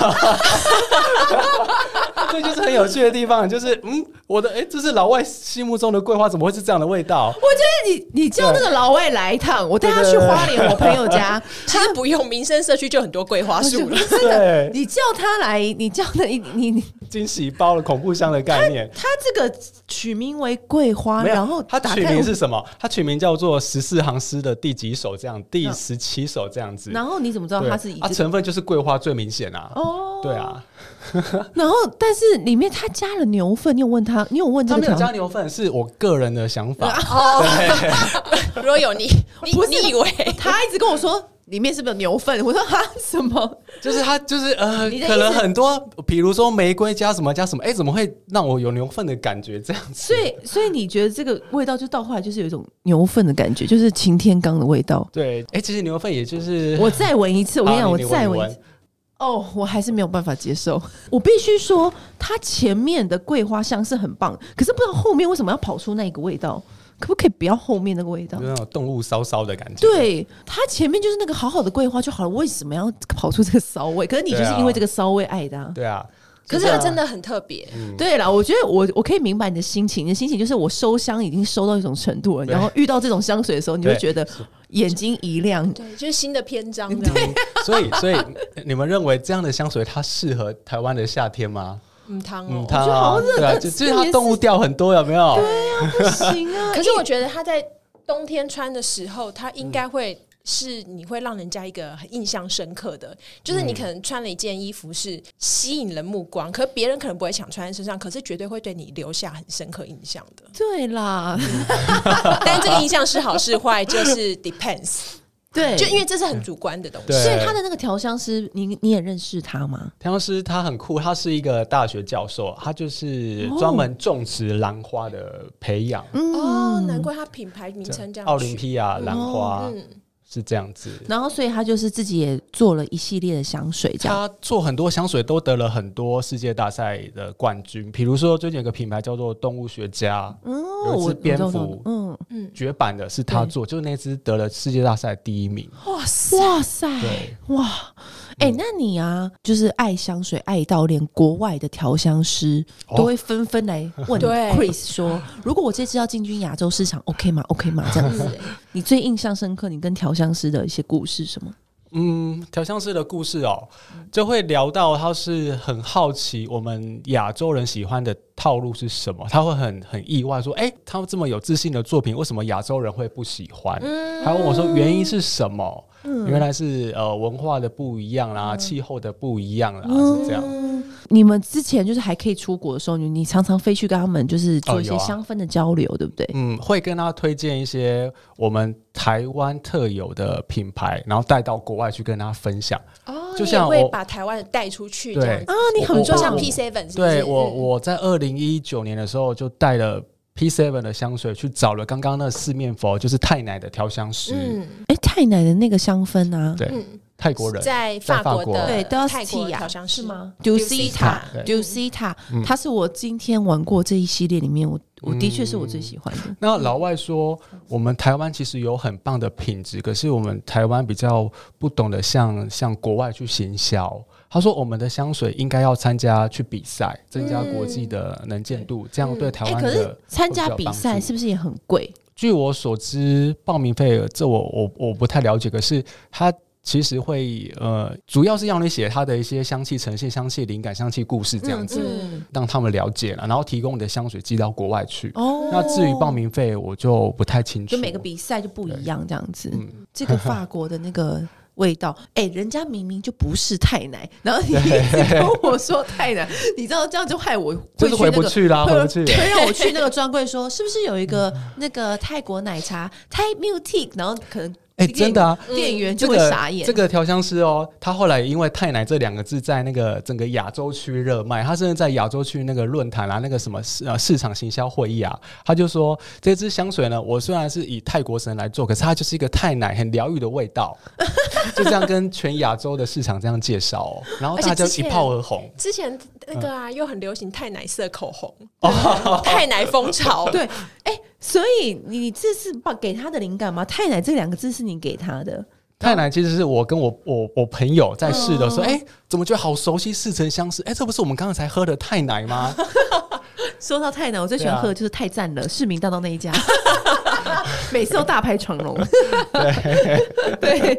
[SPEAKER 3] 这就是很有趣的地方，就是嗯，我的哎、这是老外心目中的桂花，怎么会是这样的味道？
[SPEAKER 1] 我觉得你你叫那个老外来一趟，我带他
[SPEAKER 3] 对
[SPEAKER 1] 去
[SPEAKER 3] 对对
[SPEAKER 1] 花莲我朋友 家，
[SPEAKER 2] 其实不用，民生社区就很多桂
[SPEAKER 3] 啊
[SPEAKER 2] 花树了。
[SPEAKER 1] 真的
[SPEAKER 3] 对，
[SPEAKER 1] 你叫他来，你叫他你你你，
[SPEAKER 3] 惊喜包了恐怖箱的概念。
[SPEAKER 1] 他这个取名为桂花，
[SPEAKER 3] 没有
[SPEAKER 1] 啊然后
[SPEAKER 3] 它
[SPEAKER 1] 打
[SPEAKER 3] 取
[SPEAKER 1] 开
[SPEAKER 3] 名，是什么？它取名叫做《十四行诗》的第几首？这样，第
[SPEAKER 1] 嗯
[SPEAKER 3] 十七首这样子。
[SPEAKER 1] 然后你怎么知道
[SPEAKER 3] 对
[SPEAKER 1] 它是一
[SPEAKER 3] 啊，成分就是桂花最明显啊。
[SPEAKER 1] 哦
[SPEAKER 3] 对，啊，
[SPEAKER 1] 然后但是里面他加了牛粪，你有问他，你有问这
[SPEAKER 3] 它
[SPEAKER 1] 个嗯
[SPEAKER 3] 没有加
[SPEAKER 1] 条？
[SPEAKER 3] 牛粪，是我个人的想法。
[SPEAKER 2] 哦，如果有 你，你
[SPEAKER 1] 不是
[SPEAKER 2] 你以为
[SPEAKER 1] 他一直跟我说里面是不是有牛粪，我说哈什么？
[SPEAKER 3] 就是它，就是呃，
[SPEAKER 1] 你的意思
[SPEAKER 3] 可能很多，比如说玫瑰加什么加什么，哎、怎么会让我有牛粪的感觉？这样子
[SPEAKER 1] 所，以，所以你觉得这个味道就到后来就是有一种牛粪的感觉，就是擎天岗的味道。
[SPEAKER 3] 对，哎、其实牛粪也就是
[SPEAKER 1] 我再闻一次，我跟你讲，
[SPEAKER 3] 好
[SPEAKER 1] 我
[SPEAKER 3] 啊你
[SPEAKER 1] 再
[SPEAKER 3] 闻
[SPEAKER 1] 闻一次，哦，我还是没有办法接受。我必须说，它前面的桂花香是很棒，可是不知道后面为什么要跑出那个味道，可不可以不要后面那个味道
[SPEAKER 3] 就？那种动物骚骚的感觉。
[SPEAKER 1] 对，它前面就是那个好好的桂花就好了，为什么要跑出这个骚味？可是你就是因为这个骚味爱的、啊。
[SPEAKER 3] 对啊，
[SPEAKER 2] 可是
[SPEAKER 3] 这样
[SPEAKER 2] 真的很特别，
[SPEAKER 1] 对了，我觉得我我可以明白你的心情，你的心情就是我收香已经收到一种程度了，
[SPEAKER 3] 对
[SPEAKER 1] 然后遇到这种香水的 时候，你会
[SPEAKER 3] 对
[SPEAKER 1] 觉得眼睛一亮。
[SPEAKER 2] 对，就是新的篇章这样。
[SPEAKER 3] 所以所以你们认为这样的香水它适合台湾的夏天吗？
[SPEAKER 2] 嗯，汤
[SPEAKER 3] 嗯，
[SPEAKER 2] 哦。
[SPEAKER 3] 它
[SPEAKER 1] 我觉得好
[SPEAKER 3] 啊
[SPEAKER 1] 热
[SPEAKER 3] 对啊，
[SPEAKER 1] 但
[SPEAKER 3] 就是就是
[SPEAKER 1] 特别
[SPEAKER 3] 它
[SPEAKER 1] 是
[SPEAKER 3] 动物调很多，有没 有？
[SPEAKER 1] 对呀、啊，不行啊！。
[SPEAKER 2] 嗯可是我觉得他在冬天穿的时候，他应该会是你会让人家一个很印象深刻的，就是你可能穿了一件衣服是吸引人目光，可别人可能不会想穿在身上，可是绝对会对你留下很深刻印象的
[SPEAKER 1] 对啦，
[SPEAKER 2] 但这个印象是好是坏，就是 depends，
[SPEAKER 1] 对，
[SPEAKER 2] 就因为这是很主观的东西。
[SPEAKER 3] 对
[SPEAKER 1] 所以他的那个调香师，你你也认识他吗？
[SPEAKER 3] 调香师他很酷，他是一个大学教授，他就是
[SPEAKER 1] 哦
[SPEAKER 3] 专门种植兰花的培养，
[SPEAKER 1] 嗯
[SPEAKER 2] 哦，难怪它品牌名称这样取。
[SPEAKER 3] 嗯奥林匹
[SPEAKER 1] 哦
[SPEAKER 3] 亚兰花
[SPEAKER 2] 嗯，
[SPEAKER 3] 是这样子。
[SPEAKER 1] 然后，所以他就是自己也做了一系列的香水，这样。
[SPEAKER 3] 他做很多香水都得了很多世界大赛的冠军，比如说最近有个品牌叫做动物学家，
[SPEAKER 1] 哦，
[SPEAKER 3] 有一
[SPEAKER 1] 我
[SPEAKER 3] 只蝙
[SPEAKER 1] 我懂
[SPEAKER 3] 蝠
[SPEAKER 1] 嗯，
[SPEAKER 3] 绝版的是他做，就是那只得了世界大赛第一名。
[SPEAKER 2] 哇塞，
[SPEAKER 1] 哇塞，
[SPEAKER 3] 对，
[SPEAKER 1] 哇，
[SPEAKER 3] 嗯
[SPEAKER 1] 哎、那你啊，就是爱香水爱到连国外的调香师
[SPEAKER 3] 哦
[SPEAKER 1] 都会纷纷来 问
[SPEAKER 2] 对
[SPEAKER 1] Chris 说，如果我这次要进军亚洲市场，OK 吗？OK 吗？这样
[SPEAKER 3] 嗯
[SPEAKER 1] 子， 你最印象深刻，你跟调香师的一些故事什么？
[SPEAKER 3] 嗯，调香师的故事哦，就会聊到他是很好奇我们亚洲人喜欢的套路是什么，他会很很意外说，哎、他这么有自信的作品，为什么亚洲人会不喜欢？还问我说原因是什么？原来是呃文化的不一样啦，气候的不一样啦，是这样。
[SPEAKER 1] 你们之前就是还可以出国的时候，你你常常飞去跟他们就是做一
[SPEAKER 3] 哦
[SPEAKER 1] 些
[SPEAKER 3] 有啊
[SPEAKER 1] 香氛的交流，对不对？
[SPEAKER 3] 嗯，会跟他推荐一些我们台湾特有的品牌，然后带到国外去跟他分享。
[SPEAKER 2] 哦，
[SPEAKER 3] 就像
[SPEAKER 2] 你也会
[SPEAKER 3] 我
[SPEAKER 2] 把台湾带出去这样
[SPEAKER 3] 对
[SPEAKER 2] 子。
[SPEAKER 1] 啊，你很
[SPEAKER 2] 你说
[SPEAKER 1] 棒
[SPEAKER 2] 像 P Seven 是不是？
[SPEAKER 3] 对我，
[SPEAKER 2] 嗯
[SPEAKER 3] 我在二零一九年的时候就带了 P Seven 的香水去找了刚刚那四面佛，就是泰奶的调香师，
[SPEAKER 2] 嗯，
[SPEAKER 1] 哎、泰奶的那个香氛啊，
[SPEAKER 3] 对，
[SPEAKER 2] 嗯
[SPEAKER 3] 泰国人，
[SPEAKER 2] 在
[SPEAKER 3] 在
[SPEAKER 2] 法
[SPEAKER 3] 法
[SPEAKER 2] 国
[SPEAKER 3] 国
[SPEAKER 2] 的
[SPEAKER 1] 对都要
[SPEAKER 2] 呃泰国
[SPEAKER 1] 气呀
[SPEAKER 2] 好像
[SPEAKER 1] 是
[SPEAKER 2] 是？
[SPEAKER 1] 吗
[SPEAKER 2] Dulcita
[SPEAKER 1] ？Dulcita，Dulcita，它
[SPEAKER 3] 嗯
[SPEAKER 1] 是我今天玩过这一系列里面，我我的确是我最喜欢的。
[SPEAKER 3] 那老外说，我们台湾其实有很棒的品质，可是我们台湾比较不懂得向向国外去行销。他说，我们的香水应该要参加去比赛，增加国际的能见度，这样对台
[SPEAKER 1] 哎、嗯
[SPEAKER 3] 湾
[SPEAKER 1] 可
[SPEAKER 3] 的会比较有
[SPEAKER 1] 是
[SPEAKER 3] 帮助、
[SPEAKER 1] 参加比赛是不是也很贵？
[SPEAKER 3] 据我所知，报名费这我我我不太了解，可是它其实会呃，主要是让你写它的一些香气呈现、香气灵感、香气故事这样子，
[SPEAKER 2] 嗯，
[SPEAKER 3] 让他们了解了，然后提供你的香水寄到国外去。
[SPEAKER 1] 哦
[SPEAKER 3] 那至于报，名费，我就不太清楚。
[SPEAKER 1] 就每个比赛就不一样这样子。
[SPEAKER 3] 嗯
[SPEAKER 1] 这个法国的那个。味 道，哎、人家明明就不是太奶，然后你一直跟我说太奶，你知道这样就害我会
[SPEAKER 3] 就是
[SPEAKER 1] 去那
[SPEAKER 3] 回不
[SPEAKER 1] 个
[SPEAKER 3] 去啦，回不去。
[SPEAKER 1] 会让我去那个专柜说，是不是有一个
[SPEAKER 3] 嗯
[SPEAKER 1] 那个泰国奶茶 Thai Milk Tea？然后可能
[SPEAKER 3] 哎
[SPEAKER 1] 店
[SPEAKER 3] 真的啊
[SPEAKER 1] 店员
[SPEAKER 3] 这
[SPEAKER 1] 就会
[SPEAKER 3] 个
[SPEAKER 1] 傻眼。
[SPEAKER 3] 这个调香师哦，他后来因为“太奶”这两个字在那个整个亚洲区热卖，他甚至在亚洲区那个论坛啊，那个什么市呃市场行销会议啊，他就说这支香水呢，我虽然是以泰国神来做，可是它就是一个泰奶很疗愈的味道， 就这样跟全亚洲的市场这样介绍哦，然后
[SPEAKER 2] 而且
[SPEAKER 3] 大家
[SPEAKER 2] 之
[SPEAKER 3] 一
[SPEAKER 2] 前
[SPEAKER 3] 炮而红。
[SPEAKER 2] 之前那个
[SPEAKER 3] 嗯
[SPEAKER 2] 啊，又很流行太奶色口红，
[SPEAKER 3] 哦
[SPEAKER 2] 太奶风 潮，
[SPEAKER 1] 对，哎、所以你你这是把给他的灵感吗？太奶这两个字是你给他的，
[SPEAKER 3] 泰奶其实是我跟我我我朋友在试的时候，
[SPEAKER 2] 嗯
[SPEAKER 3] 哎、怎么觉得好熟悉，似曾相识？哎、这不是我们刚刚才喝的泰 奶吗？
[SPEAKER 1] 说到太奶，我最喜
[SPEAKER 3] 对
[SPEAKER 1] 欢
[SPEAKER 3] 啊
[SPEAKER 1] 喝的就是太赞了，市民大道那一 家，每次都大排长龙。对，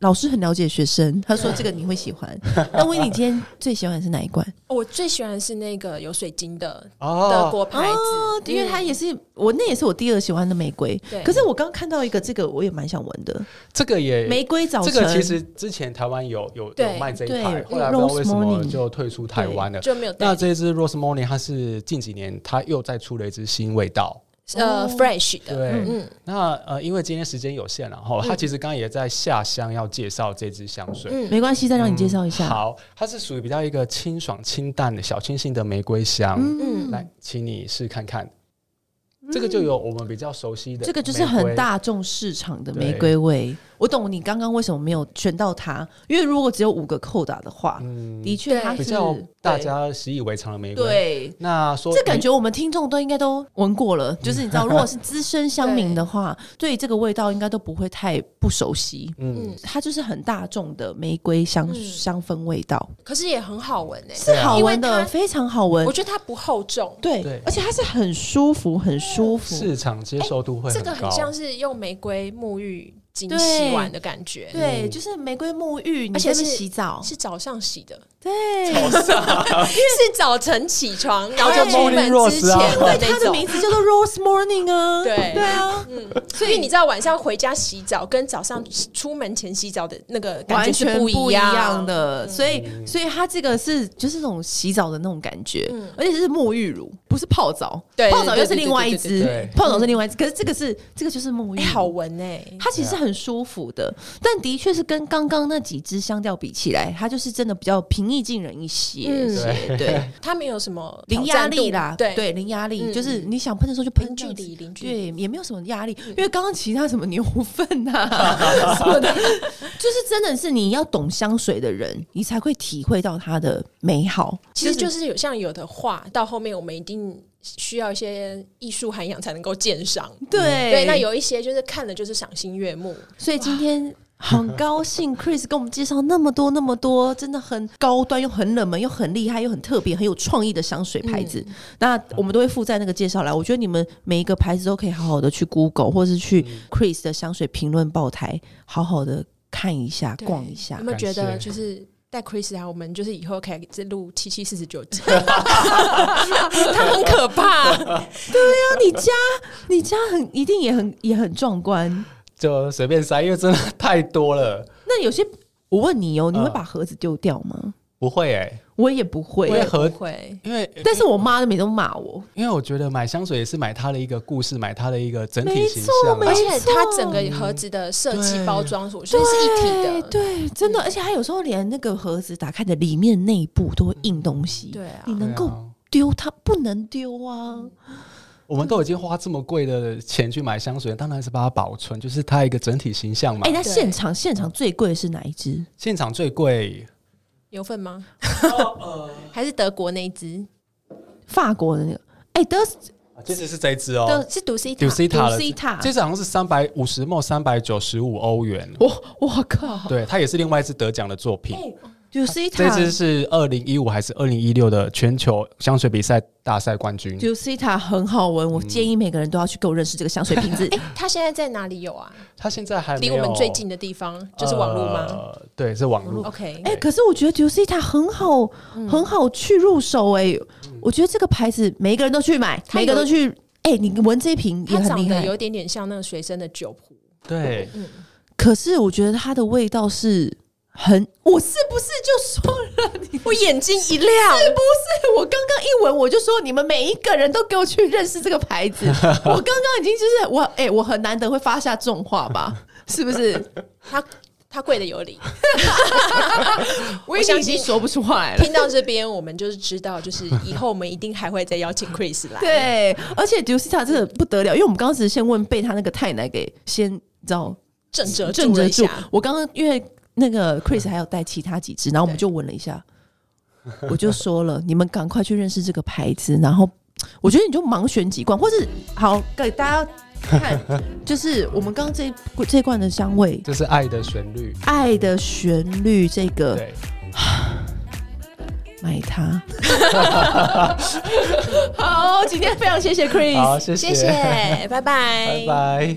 [SPEAKER 1] 老师很了解学生，他说这个你会喜欢。那威，你今天最喜欢的是哪一罐？
[SPEAKER 2] 我最喜欢的是那个有水晶的
[SPEAKER 3] 哦，
[SPEAKER 2] 德国牌
[SPEAKER 1] 哦
[SPEAKER 2] 子，，嗯
[SPEAKER 1] 因为它也是我，那也是我第二喜欢的玫瑰
[SPEAKER 2] 对。
[SPEAKER 1] 可是我刚看到一个，这个我也蛮想闻的，
[SPEAKER 3] 这个也
[SPEAKER 1] 玫瑰早
[SPEAKER 3] 这
[SPEAKER 1] 晨。
[SPEAKER 3] 个其实之前台湾有有有
[SPEAKER 2] 对
[SPEAKER 3] 卖这一
[SPEAKER 1] 对
[SPEAKER 3] 台，
[SPEAKER 1] 嗯
[SPEAKER 3] 后来不知道为什
[SPEAKER 1] Rose
[SPEAKER 3] 么
[SPEAKER 1] Morning
[SPEAKER 3] 就退出台湾了
[SPEAKER 2] 嗯。就没有带
[SPEAKER 3] 那这支 Rose Morning 它是近几年它又再出了一支新味道，
[SPEAKER 2] 呃
[SPEAKER 1] 哦
[SPEAKER 2] fresh
[SPEAKER 3] 对
[SPEAKER 2] 的，，嗯
[SPEAKER 3] 那呃因为今天时间有限了，然后
[SPEAKER 1] 嗯
[SPEAKER 3] 它其实刚刚也在下乡要介绍这支香水。
[SPEAKER 2] 嗯
[SPEAKER 1] 没关系，再让你介绍一下。
[SPEAKER 3] 好，它是属于比较一个清爽清淡的小清新的玫瑰香，
[SPEAKER 1] 嗯，
[SPEAKER 3] 来，请你试看看，这个就有我们比较熟悉的，
[SPEAKER 1] 这个就是很。大众市场的玫瑰味。我懂你刚刚为什么没有选到它，因为如果只有五个扣打的话，
[SPEAKER 3] 嗯，
[SPEAKER 1] 的确它
[SPEAKER 2] 对
[SPEAKER 3] 比
[SPEAKER 1] 是
[SPEAKER 3] 较大家习以为常的玫瑰。，
[SPEAKER 1] 对。
[SPEAKER 3] 那说
[SPEAKER 1] 这感觉我们听众都应该都闻过了，就是你知道，如 果是资深乡民的话，对这个味道应该都不会太不熟悉。
[SPEAKER 3] 嗯
[SPEAKER 2] 嗯，，
[SPEAKER 1] 它就是很大众的玫瑰香、
[SPEAKER 2] 嗯
[SPEAKER 1] 香氛味道，
[SPEAKER 2] 可是也很好闻欸诶，
[SPEAKER 1] 是好闻
[SPEAKER 2] 啊因为
[SPEAKER 1] 的，
[SPEAKER 2] 它
[SPEAKER 1] 非常好闻
[SPEAKER 2] 我。觉得它不厚重，
[SPEAKER 1] 对，
[SPEAKER 3] 对
[SPEAKER 1] 而且它是很舒服，很舒服。
[SPEAKER 3] 市场接受度会
[SPEAKER 1] 哎
[SPEAKER 2] 这
[SPEAKER 3] 很
[SPEAKER 2] 个
[SPEAKER 3] 高。
[SPEAKER 2] 很像是用玫瑰沐浴精
[SPEAKER 1] 对
[SPEAKER 2] 洗碗的感觉。
[SPEAKER 1] 对，就是玫瑰沐浴，你
[SPEAKER 2] 而且
[SPEAKER 1] 在那边
[SPEAKER 2] 是
[SPEAKER 1] 洗澡，
[SPEAKER 2] 是早上洗的，
[SPEAKER 1] 对，
[SPEAKER 2] 是早晨起床，然后就
[SPEAKER 1] 对
[SPEAKER 2] 出门之前
[SPEAKER 1] 对，
[SPEAKER 2] 的
[SPEAKER 1] 它
[SPEAKER 2] 那
[SPEAKER 1] 的
[SPEAKER 2] 种。
[SPEAKER 1] 名字叫做 Rose Morning 啊，
[SPEAKER 2] 对
[SPEAKER 1] 对啊，
[SPEAKER 2] 所以你知道晚上回家洗澡跟早上出门前洗澡的那个感
[SPEAKER 1] 完
[SPEAKER 2] 觉是
[SPEAKER 1] 全
[SPEAKER 2] 一
[SPEAKER 1] 一样
[SPEAKER 2] 样。
[SPEAKER 1] 的，所以所以它这个是就是那种洗澡的那种感觉，
[SPEAKER 2] 嗯
[SPEAKER 1] 而且是沐浴乳，不是泡澡，
[SPEAKER 2] 对
[SPEAKER 1] 泡澡又是
[SPEAKER 2] 对对对
[SPEAKER 1] 另外一
[SPEAKER 2] 对对
[SPEAKER 1] 支
[SPEAKER 3] 对对，
[SPEAKER 1] 泡澡是另外一支，可是这个是这个就是沐浴
[SPEAKER 2] 哎、
[SPEAKER 1] 乳，
[SPEAKER 2] 好闻哎、
[SPEAKER 1] 它其实很舒服的，但的确是跟刚刚那几支相较比起来，它就是真的比较平易近人一些
[SPEAKER 2] 嗯
[SPEAKER 1] 些，对，
[SPEAKER 2] 它没有什么
[SPEAKER 1] 零压力啦，
[SPEAKER 2] 挑战度对，
[SPEAKER 1] 对，零压力
[SPEAKER 2] 嗯
[SPEAKER 1] 就是你想喷的时候就喷
[SPEAKER 2] 零
[SPEAKER 1] 这
[SPEAKER 2] 距
[SPEAKER 1] 样子
[SPEAKER 2] 离，零距离。嗯
[SPEAKER 1] 对，也没有什么压力，因为刚刚其他什么牛粪 啊什么的，就是真的是你要懂香水的人，你才会体会到它的美好。
[SPEAKER 2] 其实就是有像有的话，到后面我们一定需要一些艺术涵养才能够鉴赏。
[SPEAKER 1] 对
[SPEAKER 2] 对，那，有一些就是看了就是赏心悦目，
[SPEAKER 1] 所以今天。很高兴，Chris 跟我们介绍那么多那么多，真的很高端又很冷门又很厉害又很特别很有创意的香水牌子。
[SPEAKER 3] 嗯
[SPEAKER 1] 那我们都会附在那个介绍栏。我觉得你们每一个牌子都可以好好的
[SPEAKER 3] 嗯
[SPEAKER 1] 去 Google 或是去 Chris 的香水评论报台，好好的看一下、
[SPEAKER 2] 对
[SPEAKER 1] 逛一下
[SPEAKER 3] 嗯
[SPEAKER 2] 有。没有觉得
[SPEAKER 3] 感谢
[SPEAKER 2] 就是？带 Chris 啊来，我们就是以后可以再录七七四十九集，他很可怕。
[SPEAKER 1] 那你家，你家很一定也很也很壮观。
[SPEAKER 3] 就随便塞，因为真的太多了。
[SPEAKER 1] 那有些，我问你哦，你会
[SPEAKER 3] 嗯
[SPEAKER 1] 把盒子丢掉吗？
[SPEAKER 3] 不会哎、
[SPEAKER 1] 我也不会
[SPEAKER 3] 我，也和
[SPEAKER 2] 会，
[SPEAKER 3] 因为
[SPEAKER 1] 但是我妈每都骂我。
[SPEAKER 3] 因为我觉得买香水也是买它的一个故事，买它的一个整
[SPEAKER 1] 没
[SPEAKER 3] 体形
[SPEAKER 1] 错
[SPEAKER 3] 象啊、
[SPEAKER 1] 没
[SPEAKER 2] 而
[SPEAKER 1] 错
[SPEAKER 2] 且它整个盒子的设计
[SPEAKER 3] 对
[SPEAKER 2] 包装，所以是一体的。嗯
[SPEAKER 1] 对，真的，而且它有时候连那个盒子打开的里面内部都会印东西，
[SPEAKER 2] 对啊
[SPEAKER 1] 你能
[SPEAKER 3] 对
[SPEAKER 1] 够
[SPEAKER 3] 啊嗯
[SPEAKER 1] 丢它不能丢啊，
[SPEAKER 3] 我们都已经花这么贵的钱去买香水，当然是把它保存，就是它一个整体形象嘛。
[SPEAKER 1] 哎、那
[SPEAKER 2] 对
[SPEAKER 1] 现场现场最贵的是哪一支？
[SPEAKER 3] 现场最贵，
[SPEAKER 2] 牛粪吗？
[SPEAKER 3] 哦呃
[SPEAKER 2] 还是德国那一只？
[SPEAKER 1] 法国的那个，哎、德
[SPEAKER 3] 啊这只是这一支
[SPEAKER 2] 德是杜 C 塔
[SPEAKER 3] ，Ducita 了，，c 哦 i t a
[SPEAKER 1] 杜西塔
[SPEAKER 3] 这只好像是三百五十 ml，三百九十五欧元。
[SPEAKER 1] 我我靠，
[SPEAKER 3] 对，它也是另外一支得奖的作品。
[SPEAKER 2] 哦
[SPEAKER 1] 就是一
[SPEAKER 3] 这
[SPEAKER 1] 塔
[SPEAKER 3] 支是二零一五还是二零一六的全球香水比赛大赛冠军？
[SPEAKER 1] Juicita 很好闻，
[SPEAKER 3] 嗯
[SPEAKER 1] 我建议每个人都要去够认识这个香水 瓶子。
[SPEAKER 2] 它现在在哪里有啊？
[SPEAKER 3] 它现在还没
[SPEAKER 2] 离
[SPEAKER 3] 有
[SPEAKER 2] 我们最近的地方就是网络吗哦
[SPEAKER 3] 呃对，是网络。
[SPEAKER 2] ？OK，
[SPEAKER 1] 哎、可是我觉得 Juicita 很好，
[SPEAKER 2] 嗯
[SPEAKER 1] 很好去入手哎、
[SPEAKER 3] 嗯
[SPEAKER 1] 我觉得这个牌子每一个人都去买，
[SPEAKER 2] 它
[SPEAKER 1] 每一个都去。哎、你闻这一瓶也
[SPEAKER 2] 它
[SPEAKER 1] 很
[SPEAKER 2] 长
[SPEAKER 1] 厉
[SPEAKER 2] 得
[SPEAKER 1] 害
[SPEAKER 2] 有，一点点像那个随身的酒壶，
[SPEAKER 3] 对，
[SPEAKER 2] 嗯
[SPEAKER 1] 可是我觉得它的味道是很……我是不是就说了你？
[SPEAKER 2] 我眼睛一亮，
[SPEAKER 1] 是不是？我刚刚一闻我就说，你们每一个人都给我去认识这个牌 子。我刚刚已经就是我哎、我很难得会发下重话吧？是不是？
[SPEAKER 2] 它它贵的有理。
[SPEAKER 1] 我
[SPEAKER 2] 已
[SPEAKER 1] 已
[SPEAKER 2] 经
[SPEAKER 1] 经说不出话来了。
[SPEAKER 2] 听到这边，我们就是知道，就是以后我们一定还会再邀请 Chris 来。
[SPEAKER 1] 对，而且 Dusita 这个不得了，因为我们刚刚只是先问被他那个太奶给先你知道
[SPEAKER 2] 正着
[SPEAKER 1] 震
[SPEAKER 2] 了
[SPEAKER 1] 着
[SPEAKER 2] 一
[SPEAKER 1] 住
[SPEAKER 2] 下，。
[SPEAKER 1] 我刚刚因为那个 Chris 还有带其他几只，然后我们
[SPEAKER 2] 对
[SPEAKER 1] 就闻了一下，我就说了，你们赶快去认识这个牌子，然后。我觉得你就盲选几罐，或是好给大家看，就是我们刚刚这一这一罐的香味，《
[SPEAKER 3] 这是爱的旋律。
[SPEAKER 1] 爱的旋律》这个
[SPEAKER 3] 对，
[SPEAKER 1] 买它。好，今天非常谢谢 Chris，
[SPEAKER 3] 好，谢
[SPEAKER 2] 嗯谢谢，拜
[SPEAKER 3] 拜拜。